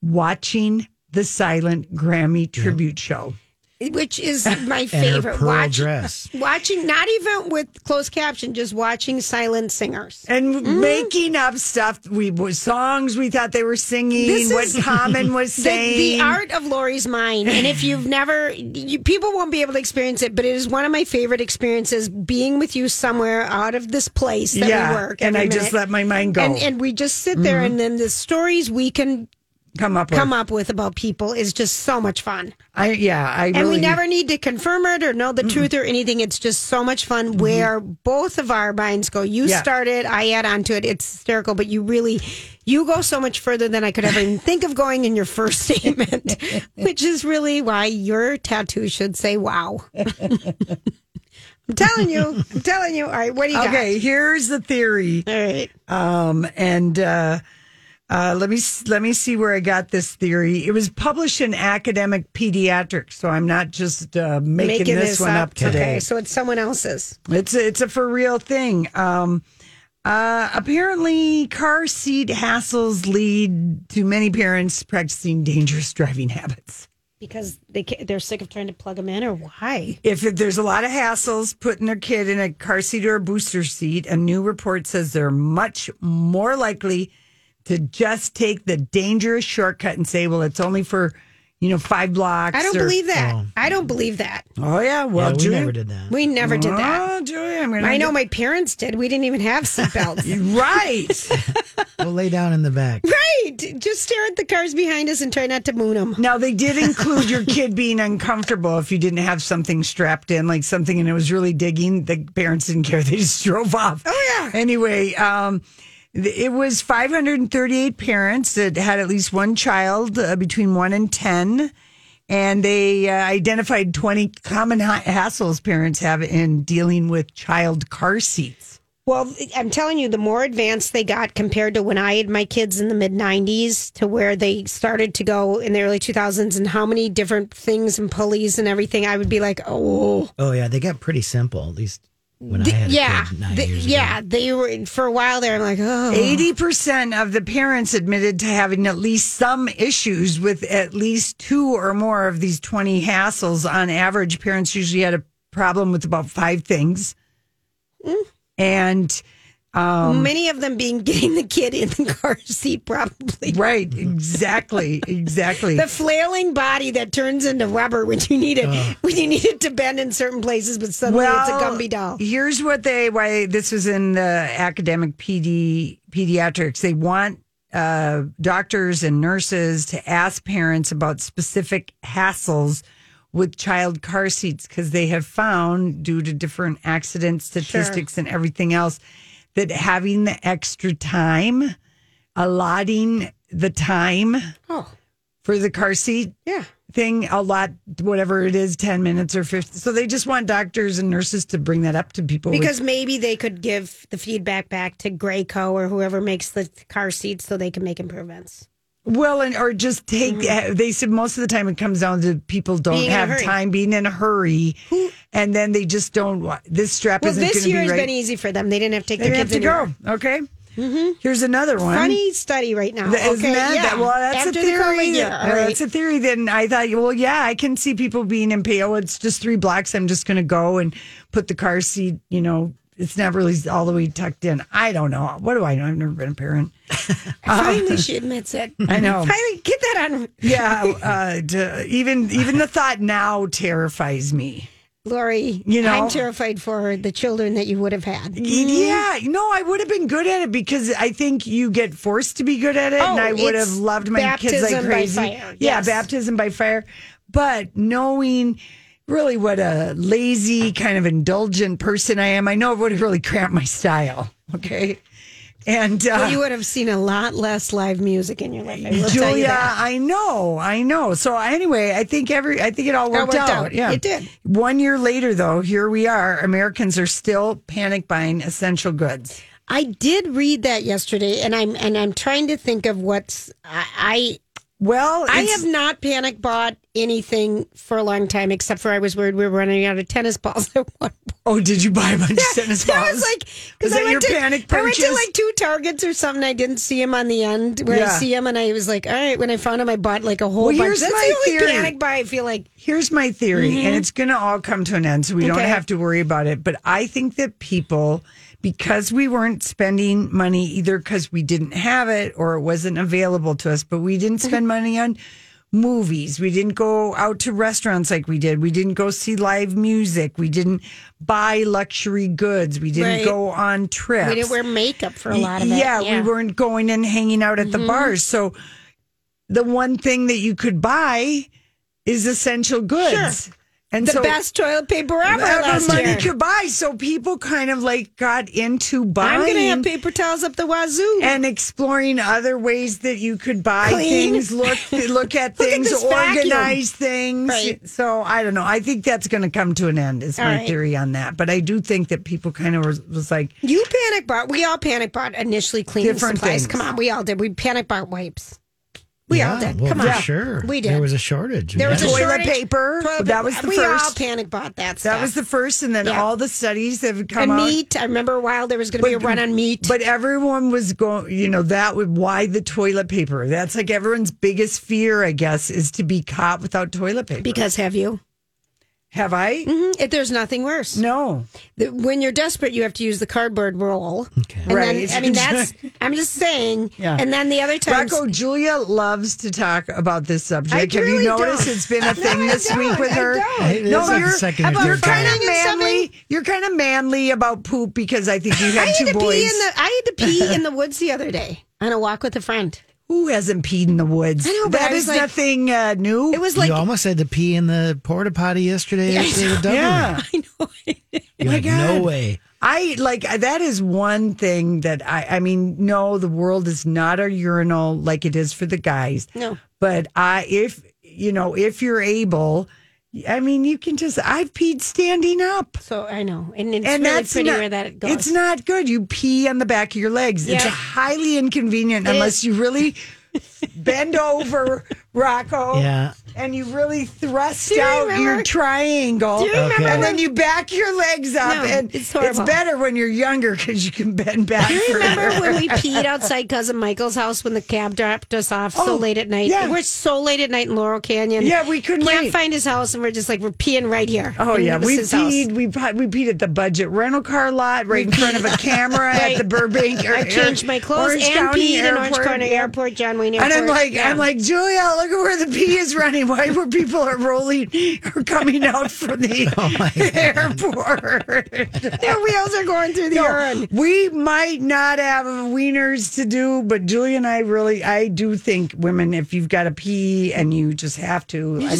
[SPEAKER 2] Watching the silent Grammy tribute show.
[SPEAKER 3] which is my
[SPEAKER 1] And her
[SPEAKER 3] favorite.
[SPEAKER 1] pearl
[SPEAKER 3] Watch-
[SPEAKER 1] dress.
[SPEAKER 3] Watching, not even with closed caption, just watching silent singers.
[SPEAKER 2] And
[SPEAKER 3] Mm-hmm.
[SPEAKER 2] making up stuff, we was songs we thought they were singing, what Common was
[SPEAKER 3] the-
[SPEAKER 2] saying.
[SPEAKER 3] The, art of Lori's mind. And if you've never, you, people won't be able to experience it, but it is one of my favorite experiences being with you somewhere out of this place that
[SPEAKER 2] yeah,
[SPEAKER 3] we work.
[SPEAKER 2] and I
[SPEAKER 3] every
[SPEAKER 2] just
[SPEAKER 3] minute.
[SPEAKER 2] let my mind go. Mm-hmm.
[SPEAKER 3] And, and we just sit there, and then the stories we can
[SPEAKER 2] come up
[SPEAKER 3] come
[SPEAKER 2] with.
[SPEAKER 3] up with about people is just so much fun.
[SPEAKER 2] I yeah, I
[SPEAKER 3] and we
[SPEAKER 2] really-
[SPEAKER 3] never need to confirm it or know the truth or anything. It's just so much fun where both of our minds go. You
[SPEAKER 2] Mm-hmm. Yeah.
[SPEAKER 3] start it, I add on to it. It's hysterical, but you really you go so much further than I could ever even think of going in your first statement, which is really why your tattoo should say "Wow." I'm telling you, I'm telling you. All right, what do you got?
[SPEAKER 2] Okay, here's the theory.
[SPEAKER 3] All right.
[SPEAKER 2] Um, and uh, uh, let me s- let me see where I got this theory. It was published in Academic Pediatrics, so I'm not just uh, making, this, one up, today.
[SPEAKER 3] Okay, so it's someone else's.
[SPEAKER 2] It's a, it's a for real thing. Um, uh, apparently, car seat hassles lead to many parents practicing dangerous driving habits.
[SPEAKER 3] Because they ca- they're sick of trying to plug them in, or why?
[SPEAKER 2] If there's a lot of hassles putting their kid in a car seat or a booster seat, a new report says they're much more likely to just take the dangerous shortcut and say, "Well, it's only for you know five blocks."
[SPEAKER 3] I don't
[SPEAKER 2] or-
[SPEAKER 3] believe that. I don't believe that.
[SPEAKER 2] Oh yeah, well,
[SPEAKER 1] Yeah, we
[SPEAKER 2] Julie-
[SPEAKER 1] never did that.
[SPEAKER 3] We never did that.
[SPEAKER 2] Oh, Julie, I'm gonna
[SPEAKER 3] I know my parents did. We didn't even have seatbelts.
[SPEAKER 2] Right.
[SPEAKER 1] We'll lay down in the back.
[SPEAKER 3] right. Just stare at the cars behind us and try not to moon them.
[SPEAKER 2] Now they did include your kid being uncomfortable if you didn't have something strapped in, like something, and it was really digging. The parents didn't care; they just drove off. Oh yeah. Anyway, um, th- it was 538 parents that had at least one child uh, between one and ten, and they uh, identified 20 common ha- hassles parents have in dealing with child car seats.
[SPEAKER 3] Well, I'm telling you, the more advanced they got compared to when I had my kids in the mid 90s to where they started to go in the early 2000s and how many different things and pulleys and everything, I would be like, oh.
[SPEAKER 1] Oh yeah, they got pretty simple. At least when I had a
[SPEAKER 3] yeah,
[SPEAKER 1] kid nine
[SPEAKER 3] They-
[SPEAKER 1] years ago.
[SPEAKER 3] yeah, they were for a while there. I'm like, oh,
[SPEAKER 2] 80% of the parents admitted to having at least some issues with at least two or more of these 20 hassles. On average, parents usually had a problem with about five things. And
[SPEAKER 1] Um,
[SPEAKER 3] many of them being getting the kid in the car seat, probably.
[SPEAKER 2] right, exactly, exactly.
[SPEAKER 3] The flailing body that turns into rubber when you need it when you need it to bend in certain places, but suddenly it's a Gumby doll.
[SPEAKER 2] Here's what they why this was in the academic PD pediatrics. They want uh, doctors and nurses to ask parents about specific hassles with child car seats because they have found due to different accident statistics and everything else that having the extra time, allotting the time
[SPEAKER 3] Oh,
[SPEAKER 2] for the car seat
[SPEAKER 3] yeah.
[SPEAKER 2] thing a lot, whatever it is, 10 minutes or 50. So they just want doctors and nurses to bring that up to people. with-
[SPEAKER 3] Because maybe they could give the feedback back to Graco or whoever makes the car seats so they can make improvements.
[SPEAKER 2] well, and or just take, uh, they said most of the time it comes down to people don't
[SPEAKER 3] Mm-hmm. Being in a
[SPEAKER 2] have
[SPEAKER 3] hurry.
[SPEAKER 2] time being in a hurry. And then they just don't want this strap
[SPEAKER 3] Well,
[SPEAKER 2] isn't going to
[SPEAKER 3] this
[SPEAKER 2] be
[SPEAKER 3] year
[SPEAKER 2] right.
[SPEAKER 3] has been easy for them. They didn't have to take
[SPEAKER 2] they
[SPEAKER 3] their
[SPEAKER 2] have
[SPEAKER 3] kids
[SPEAKER 2] to
[SPEAKER 3] anywhere.
[SPEAKER 2] go. Okay. Here's another one.
[SPEAKER 3] Funny study right now.
[SPEAKER 2] Th- Isn't
[SPEAKER 3] okay,
[SPEAKER 2] that,
[SPEAKER 3] yeah.
[SPEAKER 2] that- well, that's
[SPEAKER 3] After
[SPEAKER 2] a
[SPEAKER 3] the COVID
[SPEAKER 2] theory.
[SPEAKER 3] year, all
[SPEAKER 2] Uh,
[SPEAKER 3] right.
[SPEAKER 2] That's a theory. Then I thought, well, yeah, I can see people being impaled. Oh, It's just three blocks. I'm just going to go and put the car seat. You know, it's not really all the way tucked in. I don't know. What do I know? I've never been a parent.
[SPEAKER 3] Finally, she admits it.
[SPEAKER 2] I know.
[SPEAKER 3] Finally, get that on.
[SPEAKER 2] yeah, uh, d- even even the thought now terrifies me.
[SPEAKER 3] Lori,
[SPEAKER 2] You know-
[SPEAKER 3] I'm terrified for her, the children that you would have had.
[SPEAKER 2] Yeah, no, I would have been good at it because I think you get forced to be good at it, and
[SPEAKER 3] Oh,
[SPEAKER 2] I would
[SPEAKER 3] it's
[SPEAKER 2] have loved my kids like
[SPEAKER 3] baptism by
[SPEAKER 2] crazy.
[SPEAKER 3] fire,
[SPEAKER 2] Yeah,
[SPEAKER 3] yes.
[SPEAKER 2] baptism by fire. But knowing really what a lazy, kind of indulgent person I am, I know it would have really cramped my style. Okay, and uh,
[SPEAKER 3] Well, you would have seen a lot less live music in your life. I will tell you
[SPEAKER 2] Julia,
[SPEAKER 3] that.
[SPEAKER 2] I know, I know. So anyway, I think every, I think it all worked,
[SPEAKER 3] worked
[SPEAKER 2] out.
[SPEAKER 3] out.
[SPEAKER 2] Yeah,
[SPEAKER 3] It did.
[SPEAKER 2] One year later, though, here we are. Americans are still panic buying essential goods.
[SPEAKER 3] I did read that yesterday, and I'm and I'm trying to think of what's I
[SPEAKER 2] Well,
[SPEAKER 3] I, I
[SPEAKER 2] it's-
[SPEAKER 3] have not panic bought anything for a long time, except for I was worried we were running out of tennis balls at one point.
[SPEAKER 2] Oh, did you buy a bunch of tennis balls?
[SPEAKER 3] I was like,
[SPEAKER 2] Was
[SPEAKER 3] because I
[SPEAKER 2] that
[SPEAKER 3] went
[SPEAKER 2] your
[SPEAKER 3] to
[SPEAKER 2] panic
[SPEAKER 3] I went
[SPEAKER 2] purchase?
[SPEAKER 3] to like two Targets or something. I didn't see him on the end where
[SPEAKER 2] Yeah.
[SPEAKER 3] I see him, and I was like, all right. When I found him, I bought like a whole
[SPEAKER 2] Well,
[SPEAKER 3] bunch.
[SPEAKER 2] here's
[SPEAKER 3] That's
[SPEAKER 2] my
[SPEAKER 3] the only
[SPEAKER 2] theory.
[SPEAKER 3] panic buy. I feel like
[SPEAKER 2] here's my theory, and it's going to all come to an end, so we don't
[SPEAKER 3] Mm-hmm. Okay.
[SPEAKER 2] have to worry about it. But I think that people, because we weren't spending money either because we didn't have it or it wasn't available to us, but we
[SPEAKER 3] Mm-hmm.
[SPEAKER 2] didn't spend money on movies. We didn't go out to restaurants like we did. We didn't go see live music. We didn't buy luxury goods. We didn't
[SPEAKER 3] Right.
[SPEAKER 2] go on trips.
[SPEAKER 3] we didn't wear makeup for a lot of it. Mm-hmm.
[SPEAKER 2] Yeah, we weren't going and hanging out at the bars. So the one thing that you could buy is essential goods.
[SPEAKER 3] Sure. The best toilet paper ever last
[SPEAKER 2] money
[SPEAKER 3] year.
[SPEAKER 2] could buy. So people kind of like got into buying.
[SPEAKER 3] I'm going to have paper towels up the wazoo.
[SPEAKER 2] and exploring other ways that you could buy
[SPEAKER 3] Clean.
[SPEAKER 2] things, look look at
[SPEAKER 3] Look at
[SPEAKER 2] things,
[SPEAKER 3] this vacuum.
[SPEAKER 2] organize things.
[SPEAKER 3] Right.
[SPEAKER 2] So I don't know. I think that's going to come to an end. Is
[SPEAKER 3] All
[SPEAKER 2] my
[SPEAKER 3] right.
[SPEAKER 2] theory on that. But I do think that people kind of was, was like,
[SPEAKER 3] You panic bought. We all panic bought initially cleaning
[SPEAKER 2] Different
[SPEAKER 3] supplies.
[SPEAKER 2] things.
[SPEAKER 3] Come on, we all did. We panic bought wipes. We all
[SPEAKER 1] Yeah,
[SPEAKER 3] did.
[SPEAKER 1] well,
[SPEAKER 3] Come
[SPEAKER 1] for
[SPEAKER 3] on,
[SPEAKER 1] sure.
[SPEAKER 3] We did.
[SPEAKER 1] There was a shortage.
[SPEAKER 3] There was a
[SPEAKER 2] Toilet
[SPEAKER 3] shortage.
[SPEAKER 2] paper.
[SPEAKER 3] Toilet
[SPEAKER 2] That was the
[SPEAKER 3] we all
[SPEAKER 2] first.
[SPEAKER 3] panic bought that stuff.
[SPEAKER 2] that was the first, and then
[SPEAKER 3] Yeah.
[SPEAKER 2] all the studies that have come
[SPEAKER 3] and
[SPEAKER 2] out.
[SPEAKER 3] meat. I remember a while there was going to be a run on meat.
[SPEAKER 2] But everyone was going, you know, that would why the toilet paper. That's like everyone's biggest fear, I guess, is to be caught without toilet paper.
[SPEAKER 3] because have you?
[SPEAKER 2] have I?
[SPEAKER 3] hmm If there's nothing worse.
[SPEAKER 2] No.
[SPEAKER 3] The- When you're desperate, you have to use the cardboard roll. Okay. And
[SPEAKER 2] Right.
[SPEAKER 3] Then, I mean, that's. I'm just saying.
[SPEAKER 2] Yeah.
[SPEAKER 3] And then the other times.
[SPEAKER 2] Rocco, Julia loves to talk about this subject.
[SPEAKER 3] I
[SPEAKER 2] Have you
[SPEAKER 3] really
[SPEAKER 2] noticed
[SPEAKER 3] don't.
[SPEAKER 2] it's been a
[SPEAKER 3] No,
[SPEAKER 2] thing
[SPEAKER 3] I
[SPEAKER 2] this week
[SPEAKER 3] don't.
[SPEAKER 2] with
[SPEAKER 3] I
[SPEAKER 2] her?
[SPEAKER 3] don't.
[SPEAKER 1] Hey, this is
[SPEAKER 2] No,
[SPEAKER 1] the
[SPEAKER 2] you're
[SPEAKER 1] second or
[SPEAKER 2] you're
[SPEAKER 1] third
[SPEAKER 2] kind of
[SPEAKER 3] time.
[SPEAKER 2] manly. You're kind of manly about poop because I think you
[SPEAKER 3] I
[SPEAKER 2] had
[SPEAKER 3] had
[SPEAKER 2] two
[SPEAKER 3] to pee
[SPEAKER 2] boys.
[SPEAKER 3] in the. I had to pee in the woods the other day on a walk with a friend.
[SPEAKER 2] Who hasn't peed in the woods?
[SPEAKER 3] I know, but
[SPEAKER 2] that
[SPEAKER 3] I was
[SPEAKER 2] is
[SPEAKER 3] like-
[SPEAKER 2] nothing uh, new.
[SPEAKER 3] It was like
[SPEAKER 1] you almost had to pee in the porta potty yesterday
[SPEAKER 3] Yeah, Oh
[SPEAKER 1] at
[SPEAKER 3] I
[SPEAKER 1] the state of Dublin.
[SPEAKER 2] yeah.
[SPEAKER 1] You're like, no way.
[SPEAKER 2] I like that is one thing that I I mean no the world is not a urinal like it is for the guys.
[SPEAKER 3] No.
[SPEAKER 2] But I if you know if you're able I mean you can just I've peed standing up.
[SPEAKER 3] So I know, and it's
[SPEAKER 2] and
[SPEAKER 3] really
[SPEAKER 2] that's
[SPEAKER 3] pretty
[SPEAKER 2] not,
[SPEAKER 3] where that goes.
[SPEAKER 2] It's not good. You pee on the back of your legs. It's
[SPEAKER 3] Yeah.
[SPEAKER 2] highly inconvenient
[SPEAKER 3] It
[SPEAKER 2] unless
[SPEAKER 3] is.
[SPEAKER 2] you really bend over,
[SPEAKER 3] Oh.
[SPEAKER 2] Rocco.
[SPEAKER 1] Yeah.
[SPEAKER 2] And you really thrust
[SPEAKER 3] Do you
[SPEAKER 2] out your
[SPEAKER 3] remember-
[SPEAKER 2] triangle.
[SPEAKER 3] Do you remember
[SPEAKER 1] Okay.
[SPEAKER 2] And
[SPEAKER 3] when-
[SPEAKER 2] then you back your legs up.
[SPEAKER 3] No,
[SPEAKER 2] and
[SPEAKER 3] it's horrible.
[SPEAKER 2] better when you're younger because you can bend back.
[SPEAKER 3] Do you remember
[SPEAKER 2] further.
[SPEAKER 3] when we peed outside cousin Michael's house when the cab dropped us off
[SPEAKER 2] Oh,
[SPEAKER 3] so late at night?
[SPEAKER 2] yeah.
[SPEAKER 3] We're so late at night in Laurel Canyon.
[SPEAKER 2] Yeah, we couldn't
[SPEAKER 3] can't
[SPEAKER 2] leave.
[SPEAKER 3] find his house, and we're just like we're peeing right here.
[SPEAKER 2] Oh
[SPEAKER 3] And
[SPEAKER 2] yeah,
[SPEAKER 3] it was
[SPEAKER 2] we
[SPEAKER 3] his house.
[SPEAKER 2] peed. We pe- we peed at the budget rental car lot, right in front of a camera at
[SPEAKER 3] Right.
[SPEAKER 2] the Burbank.
[SPEAKER 3] I changed my clothes
[SPEAKER 2] Orange
[SPEAKER 3] and
[SPEAKER 2] County
[SPEAKER 3] peed in Orange
[SPEAKER 2] Airport.
[SPEAKER 3] Corner Airport, John Wayne Airport.
[SPEAKER 2] And I'm like,
[SPEAKER 3] Yeah.
[SPEAKER 2] I'm like, Julia, look at where the pee is running. Why were people are rolling or coming out from the airport?
[SPEAKER 3] their wheels are going through the
[SPEAKER 2] No,
[SPEAKER 3] urn.
[SPEAKER 2] we might not have wieners to do, but Julia and I really, I do think women, if you've got to pee and you just have to, I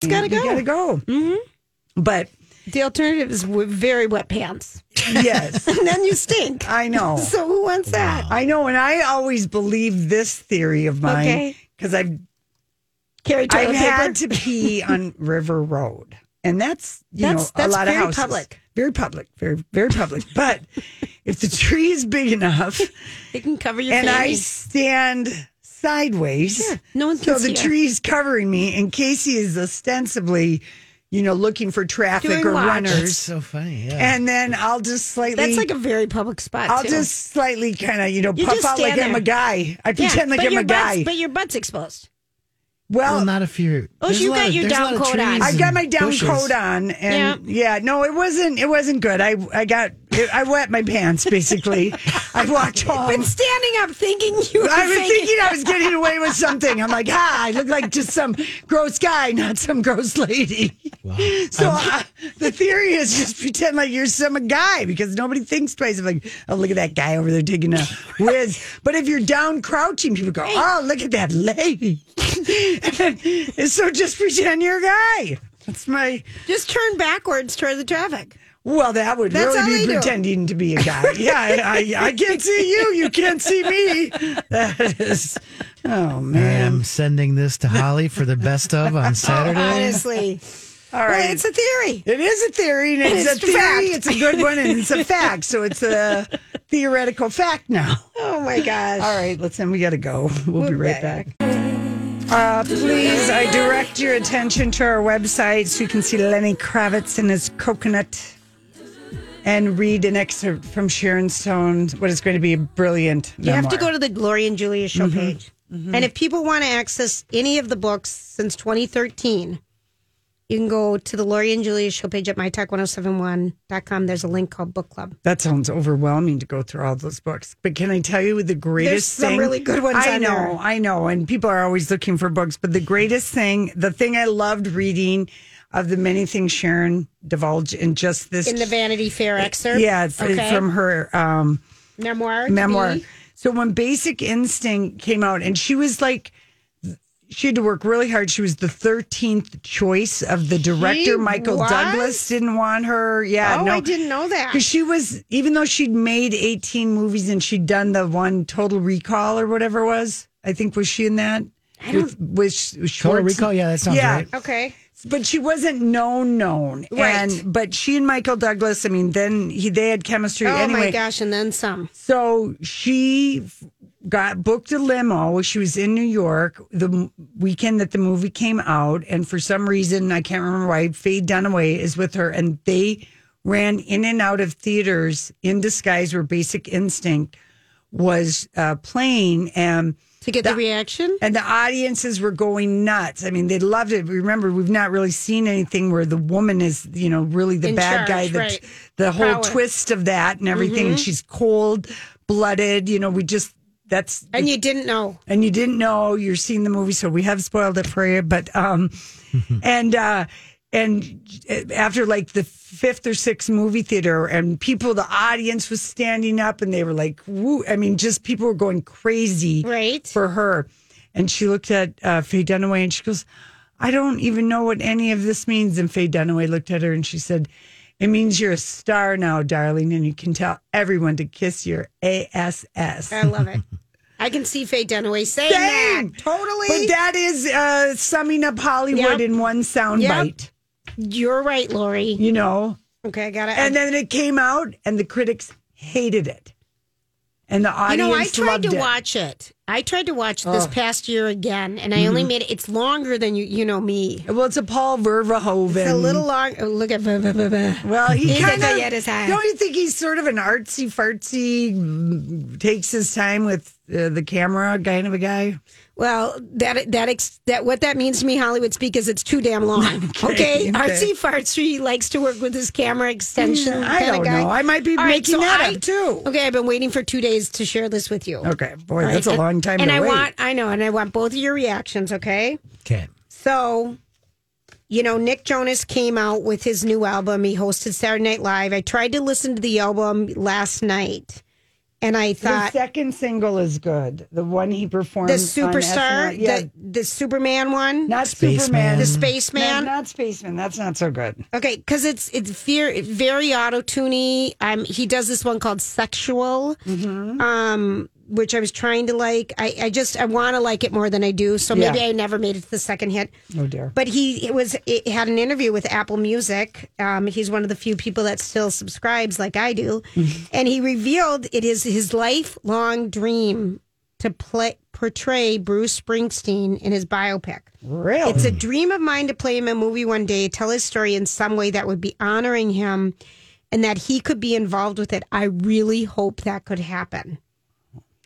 [SPEAKER 3] It's gotta
[SPEAKER 2] you
[SPEAKER 3] go. Mm-hmm.
[SPEAKER 2] gotta go. But
[SPEAKER 3] The alternative is w- very wet pants,
[SPEAKER 2] yes,
[SPEAKER 3] and then you stink.
[SPEAKER 2] I know.
[SPEAKER 3] So who wants that?
[SPEAKER 2] I know, and I always believe this theory of mine
[SPEAKER 3] Okay.
[SPEAKER 2] because I've
[SPEAKER 3] Carry toilet
[SPEAKER 2] I've
[SPEAKER 3] paper.
[SPEAKER 2] had to pee on River Road, and that's you
[SPEAKER 3] That's-
[SPEAKER 2] know
[SPEAKER 3] that's
[SPEAKER 2] a lot
[SPEAKER 3] very
[SPEAKER 2] of houses.
[SPEAKER 3] public.
[SPEAKER 2] very public, very very public. But if the tree is big enough,
[SPEAKER 3] It can cover your
[SPEAKER 2] and I
[SPEAKER 3] fanny.
[SPEAKER 2] stand sideways,
[SPEAKER 3] Sure. No one
[SPEAKER 2] so
[SPEAKER 3] can
[SPEAKER 2] the
[SPEAKER 3] see ya.
[SPEAKER 2] tree's covering me, and Casey is ostensibly, you know, looking for traffic
[SPEAKER 3] Doing
[SPEAKER 2] or
[SPEAKER 3] watch.
[SPEAKER 1] That's
[SPEAKER 2] runners,
[SPEAKER 1] so funny. Yeah.
[SPEAKER 2] and then I'll just slightly
[SPEAKER 3] That's like a very public spot.
[SPEAKER 2] I'll
[SPEAKER 3] too.
[SPEAKER 2] just slightly kind of, you know,
[SPEAKER 3] You
[SPEAKER 2] puff
[SPEAKER 3] just
[SPEAKER 2] out like
[SPEAKER 3] stand
[SPEAKER 2] I'm a
[SPEAKER 3] there.
[SPEAKER 2] guy. I pretend like
[SPEAKER 3] but
[SPEAKER 2] I'm
[SPEAKER 3] your
[SPEAKER 2] a guy.
[SPEAKER 3] Butt's, but your butt's exposed.
[SPEAKER 1] well,
[SPEAKER 2] well,
[SPEAKER 1] not if you're.
[SPEAKER 3] Oh,
[SPEAKER 1] there's a
[SPEAKER 3] you
[SPEAKER 1] lot
[SPEAKER 3] got
[SPEAKER 1] of-
[SPEAKER 3] your
[SPEAKER 1] there's a
[SPEAKER 3] down
[SPEAKER 1] lot of
[SPEAKER 3] coat on.
[SPEAKER 1] trees
[SPEAKER 2] I
[SPEAKER 1] and
[SPEAKER 2] got my down
[SPEAKER 1] bushes.
[SPEAKER 2] coat on, and yeah. no, it wasn't. It wasn't good. I I got I wet my pants basically. I walked home.
[SPEAKER 3] But standing up thinking you were
[SPEAKER 2] I was
[SPEAKER 3] thinking,
[SPEAKER 2] thinking I was getting away with something. I'm like, ah, I look like just some gross guy, not some gross lady. So uh, the theory is just pretend like you're some guy because nobody thinks twice. of like, oh, look at that guy over there taking a whiz. But if you're down crouching, people go, oh, look at that lady. and so just pretend you're a guy. That's my.
[SPEAKER 3] just turn backwards toward the traffic.
[SPEAKER 2] Well, that would
[SPEAKER 3] That's all
[SPEAKER 2] really
[SPEAKER 3] they
[SPEAKER 2] be
[SPEAKER 3] do.
[SPEAKER 2] pretending to be a guy. yeah, I, I, I can't see you. You can't see me. That is, oh
[SPEAKER 1] I
[SPEAKER 2] man.
[SPEAKER 1] am sending this to Holly for the best of on Saturday.
[SPEAKER 3] Honestly,
[SPEAKER 2] All right,
[SPEAKER 3] well, it's a theory.
[SPEAKER 2] It is a theory, and it's,
[SPEAKER 3] it's
[SPEAKER 2] a theory.
[SPEAKER 3] fact.
[SPEAKER 2] It's a good one, and it's a fact. So it's a theoretical fact now.
[SPEAKER 3] Oh my gosh!
[SPEAKER 2] All right, let's end. We got to go. We'll
[SPEAKER 3] We'll
[SPEAKER 2] be right back. Uh, please, I direct your attention to our website so you can see Lenny Kravitz and his coconut and read an excerpt from Sharon Stone's what is going to be a brilliant
[SPEAKER 3] you have to go
[SPEAKER 2] memoir.
[SPEAKER 3] to the Glory and Julia show page. Mm-hmm. And if people want to access any of the books since 2013, you can go to the Lori and Julia show page at mytalk1071.com. There's a link called Book Club.
[SPEAKER 2] That sounds overwhelming to go through all those books. But can I tell you the greatest
[SPEAKER 3] There's some
[SPEAKER 2] thing?
[SPEAKER 3] really good ones
[SPEAKER 2] I
[SPEAKER 3] on
[SPEAKER 2] know,
[SPEAKER 3] there.
[SPEAKER 2] I know. And people are always looking for books. But the greatest thing, the thing I loved reading of the many things Sharon divulged in just this.
[SPEAKER 3] In the Vanity Fair excerpt?
[SPEAKER 2] Yeah, it's it's
[SPEAKER 3] Okay.
[SPEAKER 2] from her. Um,
[SPEAKER 3] memoir. to
[SPEAKER 2] memoir.
[SPEAKER 3] be.
[SPEAKER 2] So when Basic Instinct came out, and she was like, she had to work really hard. She was the thirteenth choice of the director. Michael
[SPEAKER 3] was?
[SPEAKER 2] Douglas didn't want her. Yeah,
[SPEAKER 3] oh,
[SPEAKER 2] no,
[SPEAKER 3] I didn't know that.
[SPEAKER 2] because she was even though she'd made eighteen movies and she'd done the one Total Recall or whatever it was. I think was she in that?
[SPEAKER 3] I don't-
[SPEAKER 2] with, with Sch-
[SPEAKER 1] Total
[SPEAKER 2] Schwartz-
[SPEAKER 1] Recall. Yeah, that sounds
[SPEAKER 2] yeah,
[SPEAKER 1] right.
[SPEAKER 3] Okay.
[SPEAKER 2] but she wasn't known known
[SPEAKER 3] Right.
[SPEAKER 2] and but she and michael douglas i mean then he they had chemistry
[SPEAKER 3] Oh
[SPEAKER 2] anyway
[SPEAKER 3] my gosh, and then some.
[SPEAKER 2] so she f- got booked a limo. She was in New York the m- weekend that the movie came out, and for some reason I can't remember why Faye Dunaway is with her, and they ran in and out of theaters in disguise where Basic Instinct was uh, playing, and
[SPEAKER 3] To get the, reaction?
[SPEAKER 2] and the audiences were going nuts. I mean, they loved it. Remember, we've not really seen anything where the woman is, you know, really the
[SPEAKER 3] In
[SPEAKER 2] bad
[SPEAKER 3] charge,
[SPEAKER 2] guy. The,
[SPEAKER 3] right.
[SPEAKER 2] the whole
[SPEAKER 3] Power.
[SPEAKER 2] twist of that and everything. And
[SPEAKER 3] Mhm.
[SPEAKER 2] she's cold blooded. You know, we just that's
[SPEAKER 3] And you didn't know.
[SPEAKER 2] and you didn't know you're seeing the movie, so we have spoiled it for you. But um, and uh, and after like the fifth or sixth movie theater, and people, the audience was standing up, and they were like, "Woo!" I mean, just people were going crazy,
[SPEAKER 3] Right.
[SPEAKER 2] for her. And she looked at uh, Faye Dunaway, and she goes, "I don't even know what any of this means." And Faye Dunaway looked at her, and she said. It means you're a star now, darling, and you can tell everyone to kiss your ass.
[SPEAKER 3] I love it. I can see Faye Dunaway saying
[SPEAKER 2] Same.
[SPEAKER 3] that. Totally.
[SPEAKER 2] But that is uh, summing up Hollywood
[SPEAKER 3] Yep.
[SPEAKER 2] in one soundbite.
[SPEAKER 3] Yep. You're right, Lori.
[SPEAKER 2] You know,
[SPEAKER 3] Okay, I got it.
[SPEAKER 2] and then it came out, and the critics hated it, and the
[SPEAKER 3] you
[SPEAKER 2] audience
[SPEAKER 3] know, I tried
[SPEAKER 2] loved
[SPEAKER 3] to
[SPEAKER 2] it.
[SPEAKER 3] watch it. I tried to watch this
[SPEAKER 2] Ugh.
[SPEAKER 3] past year again, and I only made it. It's longer than you. You know me.
[SPEAKER 2] Well, it's a Paul Verhoeven.
[SPEAKER 3] It's a little long. Oh, look at. Blah, blah, blah, blah.
[SPEAKER 2] Well, he
[SPEAKER 3] He's a
[SPEAKER 2] kind
[SPEAKER 3] Gaetta's
[SPEAKER 2] of.
[SPEAKER 3] high.
[SPEAKER 2] Don't you think he's sort of an artsy fartsy, mm, takes his time with uh, the camera kind of a guy?
[SPEAKER 3] Well, that that ex, that what that means to me, Hollywood speak, is it's too damn long. okay,
[SPEAKER 2] okay.
[SPEAKER 3] artsy fartsy likes to work with his camera extension.
[SPEAKER 2] Mm, I
[SPEAKER 3] kinda
[SPEAKER 2] don't
[SPEAKER 3] guy.
[SPEAKER 2] know. I might be
[SPEAKER 3] All right,
[SPEAKER 2] making
[SPEAKER 3] so
[SPEAKER 2] that
[SPEAKER 3] I-
[SPEAKER 2] up too.
[SPEAKER 3] Okay, I've been waiting for two days to share this with you.
[SPEAKER 2] Okay, boy,
[SPEAKER 3] All right,
[SPEAKER 2] that's a
[SPEAKER 3] and-
[SPEAKER 2] long time.
[SPEAKER 3] And
[SPEAKER 2] to
[SPEAKER 3] I
[SPEAKER 2] wait.
[SPEAKER 3] want, I know, and I want both of your reactions. Okay.
[SPEAKER 1] Okay.
[SPEAKER 3] So, you know, Nick Jonas came out with his new album. He hosted Saturday Night Live. I tried to listen to the album last night, and I
[SPEAKER 2] The
[SPEAKER 3] thought
[SPEAKER 2] second single is good. The one he performed.
[SPEAKER 3] the
[SPEAKER 2] on
[SPEAKER 3] superstar,
[SPEAKER 2] SNL. yeah,
[SPEAKER 3] the the Superman one,
[SPEAKER 2] not
[SPEAKER 1] Spaceman.
[SPEAKER 2] Superman.
[SPEAKER 3] the
[SPEAKER 1] Mm.
[SPEAKER 3] spaceman.
[SPEAKER 2] No, not spaceman. That's not so good.
[SPEAKER 3] Okay, because it's it's very, very auto tuney. Um, he does this one called "Sexual," um, which I was trying to like. I, I just I want to like it more than I do. So maybe
[SPEAKER 2] Yeah.
[SPEAKER 3] I never made it to the second hit.
[SPEAKER 2] Oh dear.
[SPEAKER 3] But he it was it had an interview with Apple Music. Um, he's one of the few people that still subscribes, like I do. and he revealed it is his lifelong dream to play portray Bruce Springsteen in his biopic.
[SPEAKER 2] Really?
[SPEAKER 3] It's a dream of mine to play him in a movie one day, tell his story in some way that would be honoring him and that he could be involved with it. I really hope that could happen.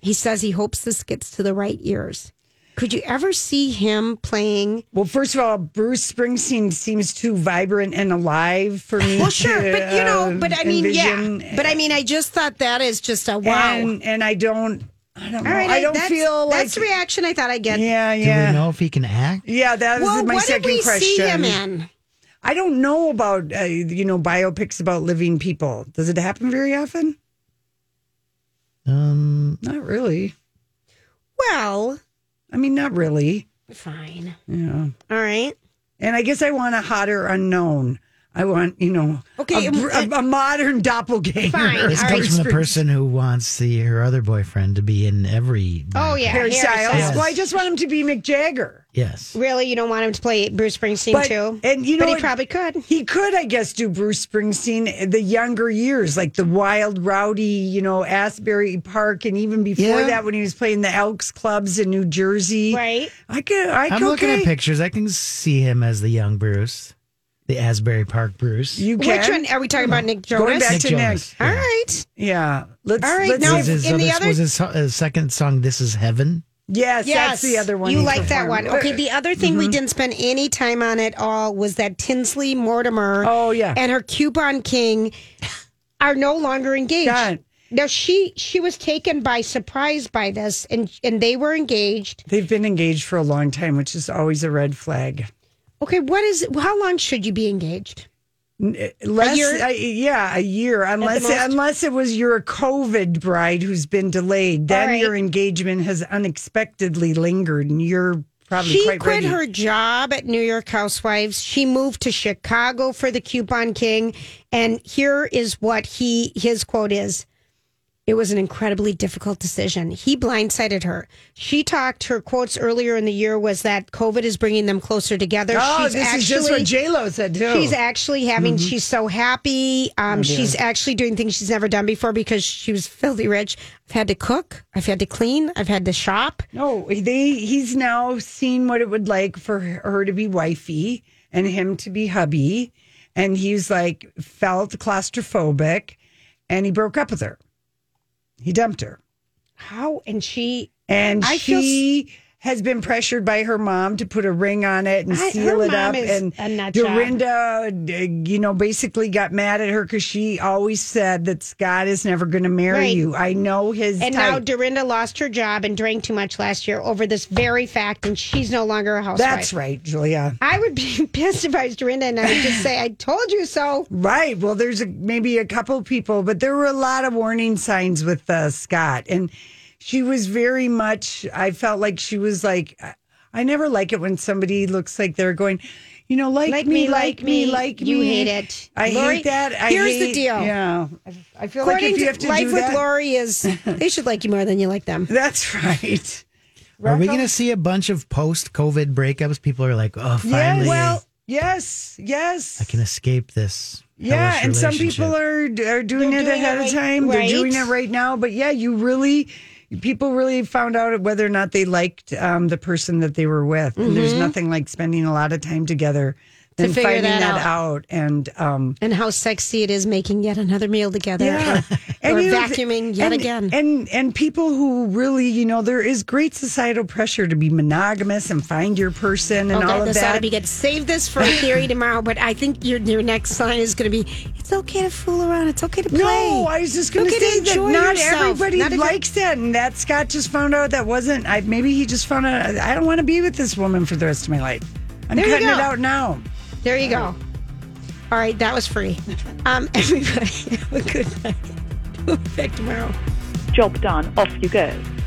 [SPEAKER 3] He says he hopes this gets to the right ears. Could you ever see him playing?
[SPEAKER 2] well, first of all, Bruce Springsteen seems too vibrant and alive for me.
[SPEAKER 3] Well, sure,
[SPEAKER 2] to,
[SPEAKER 3] but you know,
[SPEAKER 2] uh,
[SPEAKER 3] but I mean, yeah,
[SPEAKER 2] envision.
[SPEAKER 3] but I mean, I just thought that is just a wow.
[SPEAKER 2] and, and I don't, I don't, know.
[SPEAKER 3] All right,
[SPEAKER 2] I don't
[SPEAKER 3] that's,
[SPEAKER 2] feel like.
[SPEAKER 3] that's the reaction I thought I get.
[SPEAKER 2] yeah,
[SPEAKER 1] Do we
[SPEAKER 2] yeah,
[SPEAKER 1] know if he can act?
[SPEAKER 2] yeah. That was
[SPEAKER 3] Well,
[SPEAKER 2] my
[SPEAKER 3] what
[SPEAKER 2] second
[SPEAKER 3] did we
[SPEAKER 2] question.
[SPEAKER 3] see him in?
[SPEAKER 2] I don't know about uh, you know biopics about living people. Does it happen very often?
[SPEAKER 1] Um,
[SPEAKER 2] Not really.
[SPEAKER 3] Well,
[SPEAKER 2] I mean, not really.
[SPEAKER 3] fine.
[SPEAKER 2] Yeah.
[SPEAKER 3] All right.
[SPEAKER 2] And I guess I want a hotter unknown. I want, you know,
[SPEAKER 3] Okay,
[SPEAKER 2] a,
[SPEAKER 3] um,
[SPEAKER 2] br- a, a modern doppelganger.
[SPEAKER 3] Fine,
[SPEAKER 2] as
[SPEAKER 3] all right.
[SPEAKER 2] Bruce
[SPEAKER 1] comes from the
[SPEAKER 2] Springsteen.
[SPEAKER 1] person who wants the her other boyfriend to be in every.
[SPEAKER 3] Oh yeah,
[SPEAKER 2] Harry Styles.
[SPEAKER 1] Styles.
[SPEAKER 2] Well, I just want him to be Mick Jagger.
[SPEAKER 1] Yes.
[SPEAKER 3] Really, you don't want him to play Bruce Springsteen
[SPEAKER 2] But-
[SPEAKER 3] too?
[SPEAKER 2] and you know
[SPEAKER 3] but he
[SPEAKER 2] what-
[SPEAKER 3] probably could.
[SPEAKER 2] He could, I guess, do Bruce Springsteen in the younger years, like the wild, rowdy, you know, Asbury Park, and even before
[SPEAKER 1] Yeah.
[SPEAKER 2] that, when he was playing the Elks clubs in New Jersey.
[SPEAKER 3] Right.
[SPEAKER 2] I could. I
[SPEAKER 1] I'm
[SPEAKER 2] could,
[SPEAKER 1] looking
[SPEAKER 2] okay.
[SPEAKER 1] at pictures. I can see him as the young Bruce, the Asbury Park Bruce.
[SPEAKER 2] You can.
[SPEAKER 3] Which one are we talking about? Nick Jonas.
[SPEAKER 2] Going back
[SPEAKER 1] Nick
[SPEAKER 2] to
[SPEAKER 1] Jonas.
[SPEAKER 2] Nick.
[SPEAKER 3] All right.
[SPEAKER 2] Yeah. Let's.
[SPEAKER 3] All right,
[SPEAKER 2] Let's
[SPEAKER 3] now-
[SPEAKER 1] was his,
[SPEAKER 3] in
[SPEAKER 1] other,
[SPEAKER 3] the other-
[SPEAKER 1] was his so- uh, second song "This Is Heaven"?
[SPEAKER 2] Yes, that's the other one.
[SPEAKER 3] You
[SPEAKER 2] he
[SPEAKER 3] like that
[SPEAKER 2] performed.
[SPEAKER 3] one. Okay, the other thing we
[SPEAKER 2] Mhm.
[SPEAKER 3] didn't spend any time on at all was that Tinsley Mortimer
[SPEAKER 2] Oh, yeah.
[SPEAKER 3] and her coupon king are no longer engaged. Now she she was taken by surprise by this and and they were engaged.
[SPEAKER 2] They've been engaged for a long time, which is always a red flag.
[SPEAKER 3] Okay, what is how long should you be engaged?
[SPEAKER 2] Unless,
[SPEAKER 3] year?
[SPEAKER 2] I- yeah, a year. Unless
[SPEAKER 3] most?
[SPEAKER 2] unless it was you're a COVID bride who's been delayed, then
[SPEAKER 3] right.
[SPEAKER 2] your engagement has unexpectedly lingered, and you're probably
[SPEAKER 3] she
[SPEAKER 2] quite
[SPEAKER 3] quit
[SPEAKER 2] ready.
[SPEAKER 3] her job at New York Housewives. She moved to Chicago for the Coupon King, and here is what he his quote is. It was an incredibly difficult decision. He blindsided her. She talked. Her quotes earlier in the year was that COVID is bringing them closer together.
[SPEAKER 2] Oh, this is just what J-Lo said, too.
[SPEAKER 3] She's actually having.
[SPEAKER 2] Mhm.
[SPEAKER 3] She's so happy. Um,
[SPEAKER 2] Oh, dear.
[SPEAKER 3] she's actually doing things she's never done before because she was filthy rich. I've had to cook. I've had to clean. I've had to shop.
[SPEAKER 2] No, they he's now seen what it would like for her to be wifey and him to be hubby, and he's like felt claustrophobic, and he broke up with her. He dumped her,
[SPEAKER 3] How and she
[SPEAKER 2] and
[SPEAKER 3] I feel s-
[SPEAKER 2] she has been pressured by her mom to put a ring on it and
[SPEAKER 3] I-
[SPEAKER 2] seal
[SPEAKER 3] her
[SPEAKER 2] it
[SPEAKER 3] mom
[SPEAKER 2] up.
[SPEAKER 3] is
[SPEAKER 2] And
[SPEAKER 3] a nut job.
[SPEAKER 2] Dorinda, uh, you know, basically got mad at her because she always said that Scott is never going to marry
[SPEAKER 3] Right.
[SPEAKER 2] you. I know his
[SPEAKER 3] And
[SPEAKER 2] type.
[SPEAKER 3] now Dorinda lost her job and drank too much last year over this very fact, and she's no longer a housewife.
[SPEAKER 2] That's right, Julia.
[SPEAKER 3] I would be pissed if I was Dorinda and I would just say, I told you so.
[SPEAKER 2] Right. Well, there's a, maybe a couple people, but there were a lot of warning signs with uh, Scott. And she was very much, I felt like she was like, I- I never like it when somebody looks like they're going, you know, like,
[SPEAKER 3] Like
[SPEAKER 2] me,
[SPEAKER 3] me,
[SPEAKER 2] like
[SPEAKER 3] like
[SPEAKER 2] me,
[SPEAKER 3] me.
[SPEAKER 2] like me.
[SPEAKER 3] You hate it.
[SPEAKER 2] I
[SPEAKER 3] Lori,
[SPEAKER 2] hate that. I
[SPEAKER 3] here's the
[SPEAKER 2] hate-
[SPEAKER 3] deal.
[SPEAKER 2] Yeah. I feel like
[SPEAKER 3] According
[SPEAKER 2] if you
[SPEAKER 3] to
[SPEAKER 2] have to
[SPEAKER 3] Life
[SPEAKER 2] do
[SPEAKER 3] with
[SPEAKER 2] that,
[SPEAKER 3] Lori is they should like you more than you like them.
[SPEAKER 2] That's right.
[SPEAKER 1] Are we going to see a bunch of post COVID breakups? People are like, oh, finally,
[SPEAKER 2] Yes. Well, yes, yes.
[SPEAKER 1] I can escape this.
[SPEAKER 2] Yeah,
[SPEAKER 1] hellish
[SPEAKER 2] and some
[SPEAKER 1] relationship."
[SPEAKER 2] people are are doing
[SPEAKER 3] They're
[SPEAKER 2] it
[SPEAKER 3] doing it
[SPEAKER 2] ahead
[SPEAKER 3] right-
[SPEAKER 2] of time.
[SPEAKER 3] right.
[SPEAKER 2] They're doing it right now. But yeah, you really people really found out whether or not they liked um, the person that they were with. And there's
[SPEAKER 3] Mhm.
[SPEAKER 2] nothing like spending a lot of time together
[SPEAKER 3] To
[SPEAKER 2] than
[SPEAKER 3] figure
[SPEAKER 2] finding
[SPEAKER 3] that
[SPEAKER 2] that, out. And um,
[SPEAKER 3] And how sexy it is making yet another meal together.
[SPEAKER 2] Yeah.
[SPEAKER 3] Or,
[SPEAKER 2] and
[SPEAKER 3] or
[SPEAKER 2] you know, th-
[SPEAKER 3] vacuuming yet
[SPEAKER 2] and-
[SPEAKER 3] again.
[SPEAKER 2] And and people who really, you know, there is great societal pressure to be monogamous and find your person and
[SPEAKER 3] oh,
[SPEAKER 2] all
[SPEAKER 3] God,
[SPEAKER 2] of
[SPEAKER 3] this ought
[SPEAKER 2] that.
[SPEAKER 3] to be good. Save this for a theory tomorrow, but I think your your next line is going to be, it's okay to fool around. It's okay to play.
[SPEAKER 2] No, I was just going to
[SPEAKER 3] Okay to
[SPEAKER 2] say that
[SPEAKER 3] enjoy
[SPEAKER 2] not
[SPEAKER 3] yourself.
[SPEAKER 2] everybody
[SPEAKER 3] Not if you're-
[SPEAKER 2] likes that, and that Scott just found out that wasn't. I maybe he just found out. I don't want to be with this woman for the rest of my life. I'm
[SPEAKER 3] There you
[SPEAKER 2] cutting it
[SPEAKER 3] go.
[SPEAKER 2] out now.
[SPEAKER 3] There you go. All right, that was free. Um, everybody, have a good night. We'll be Back tomorrow.
[SPEAKER 11] Job done. Off you go.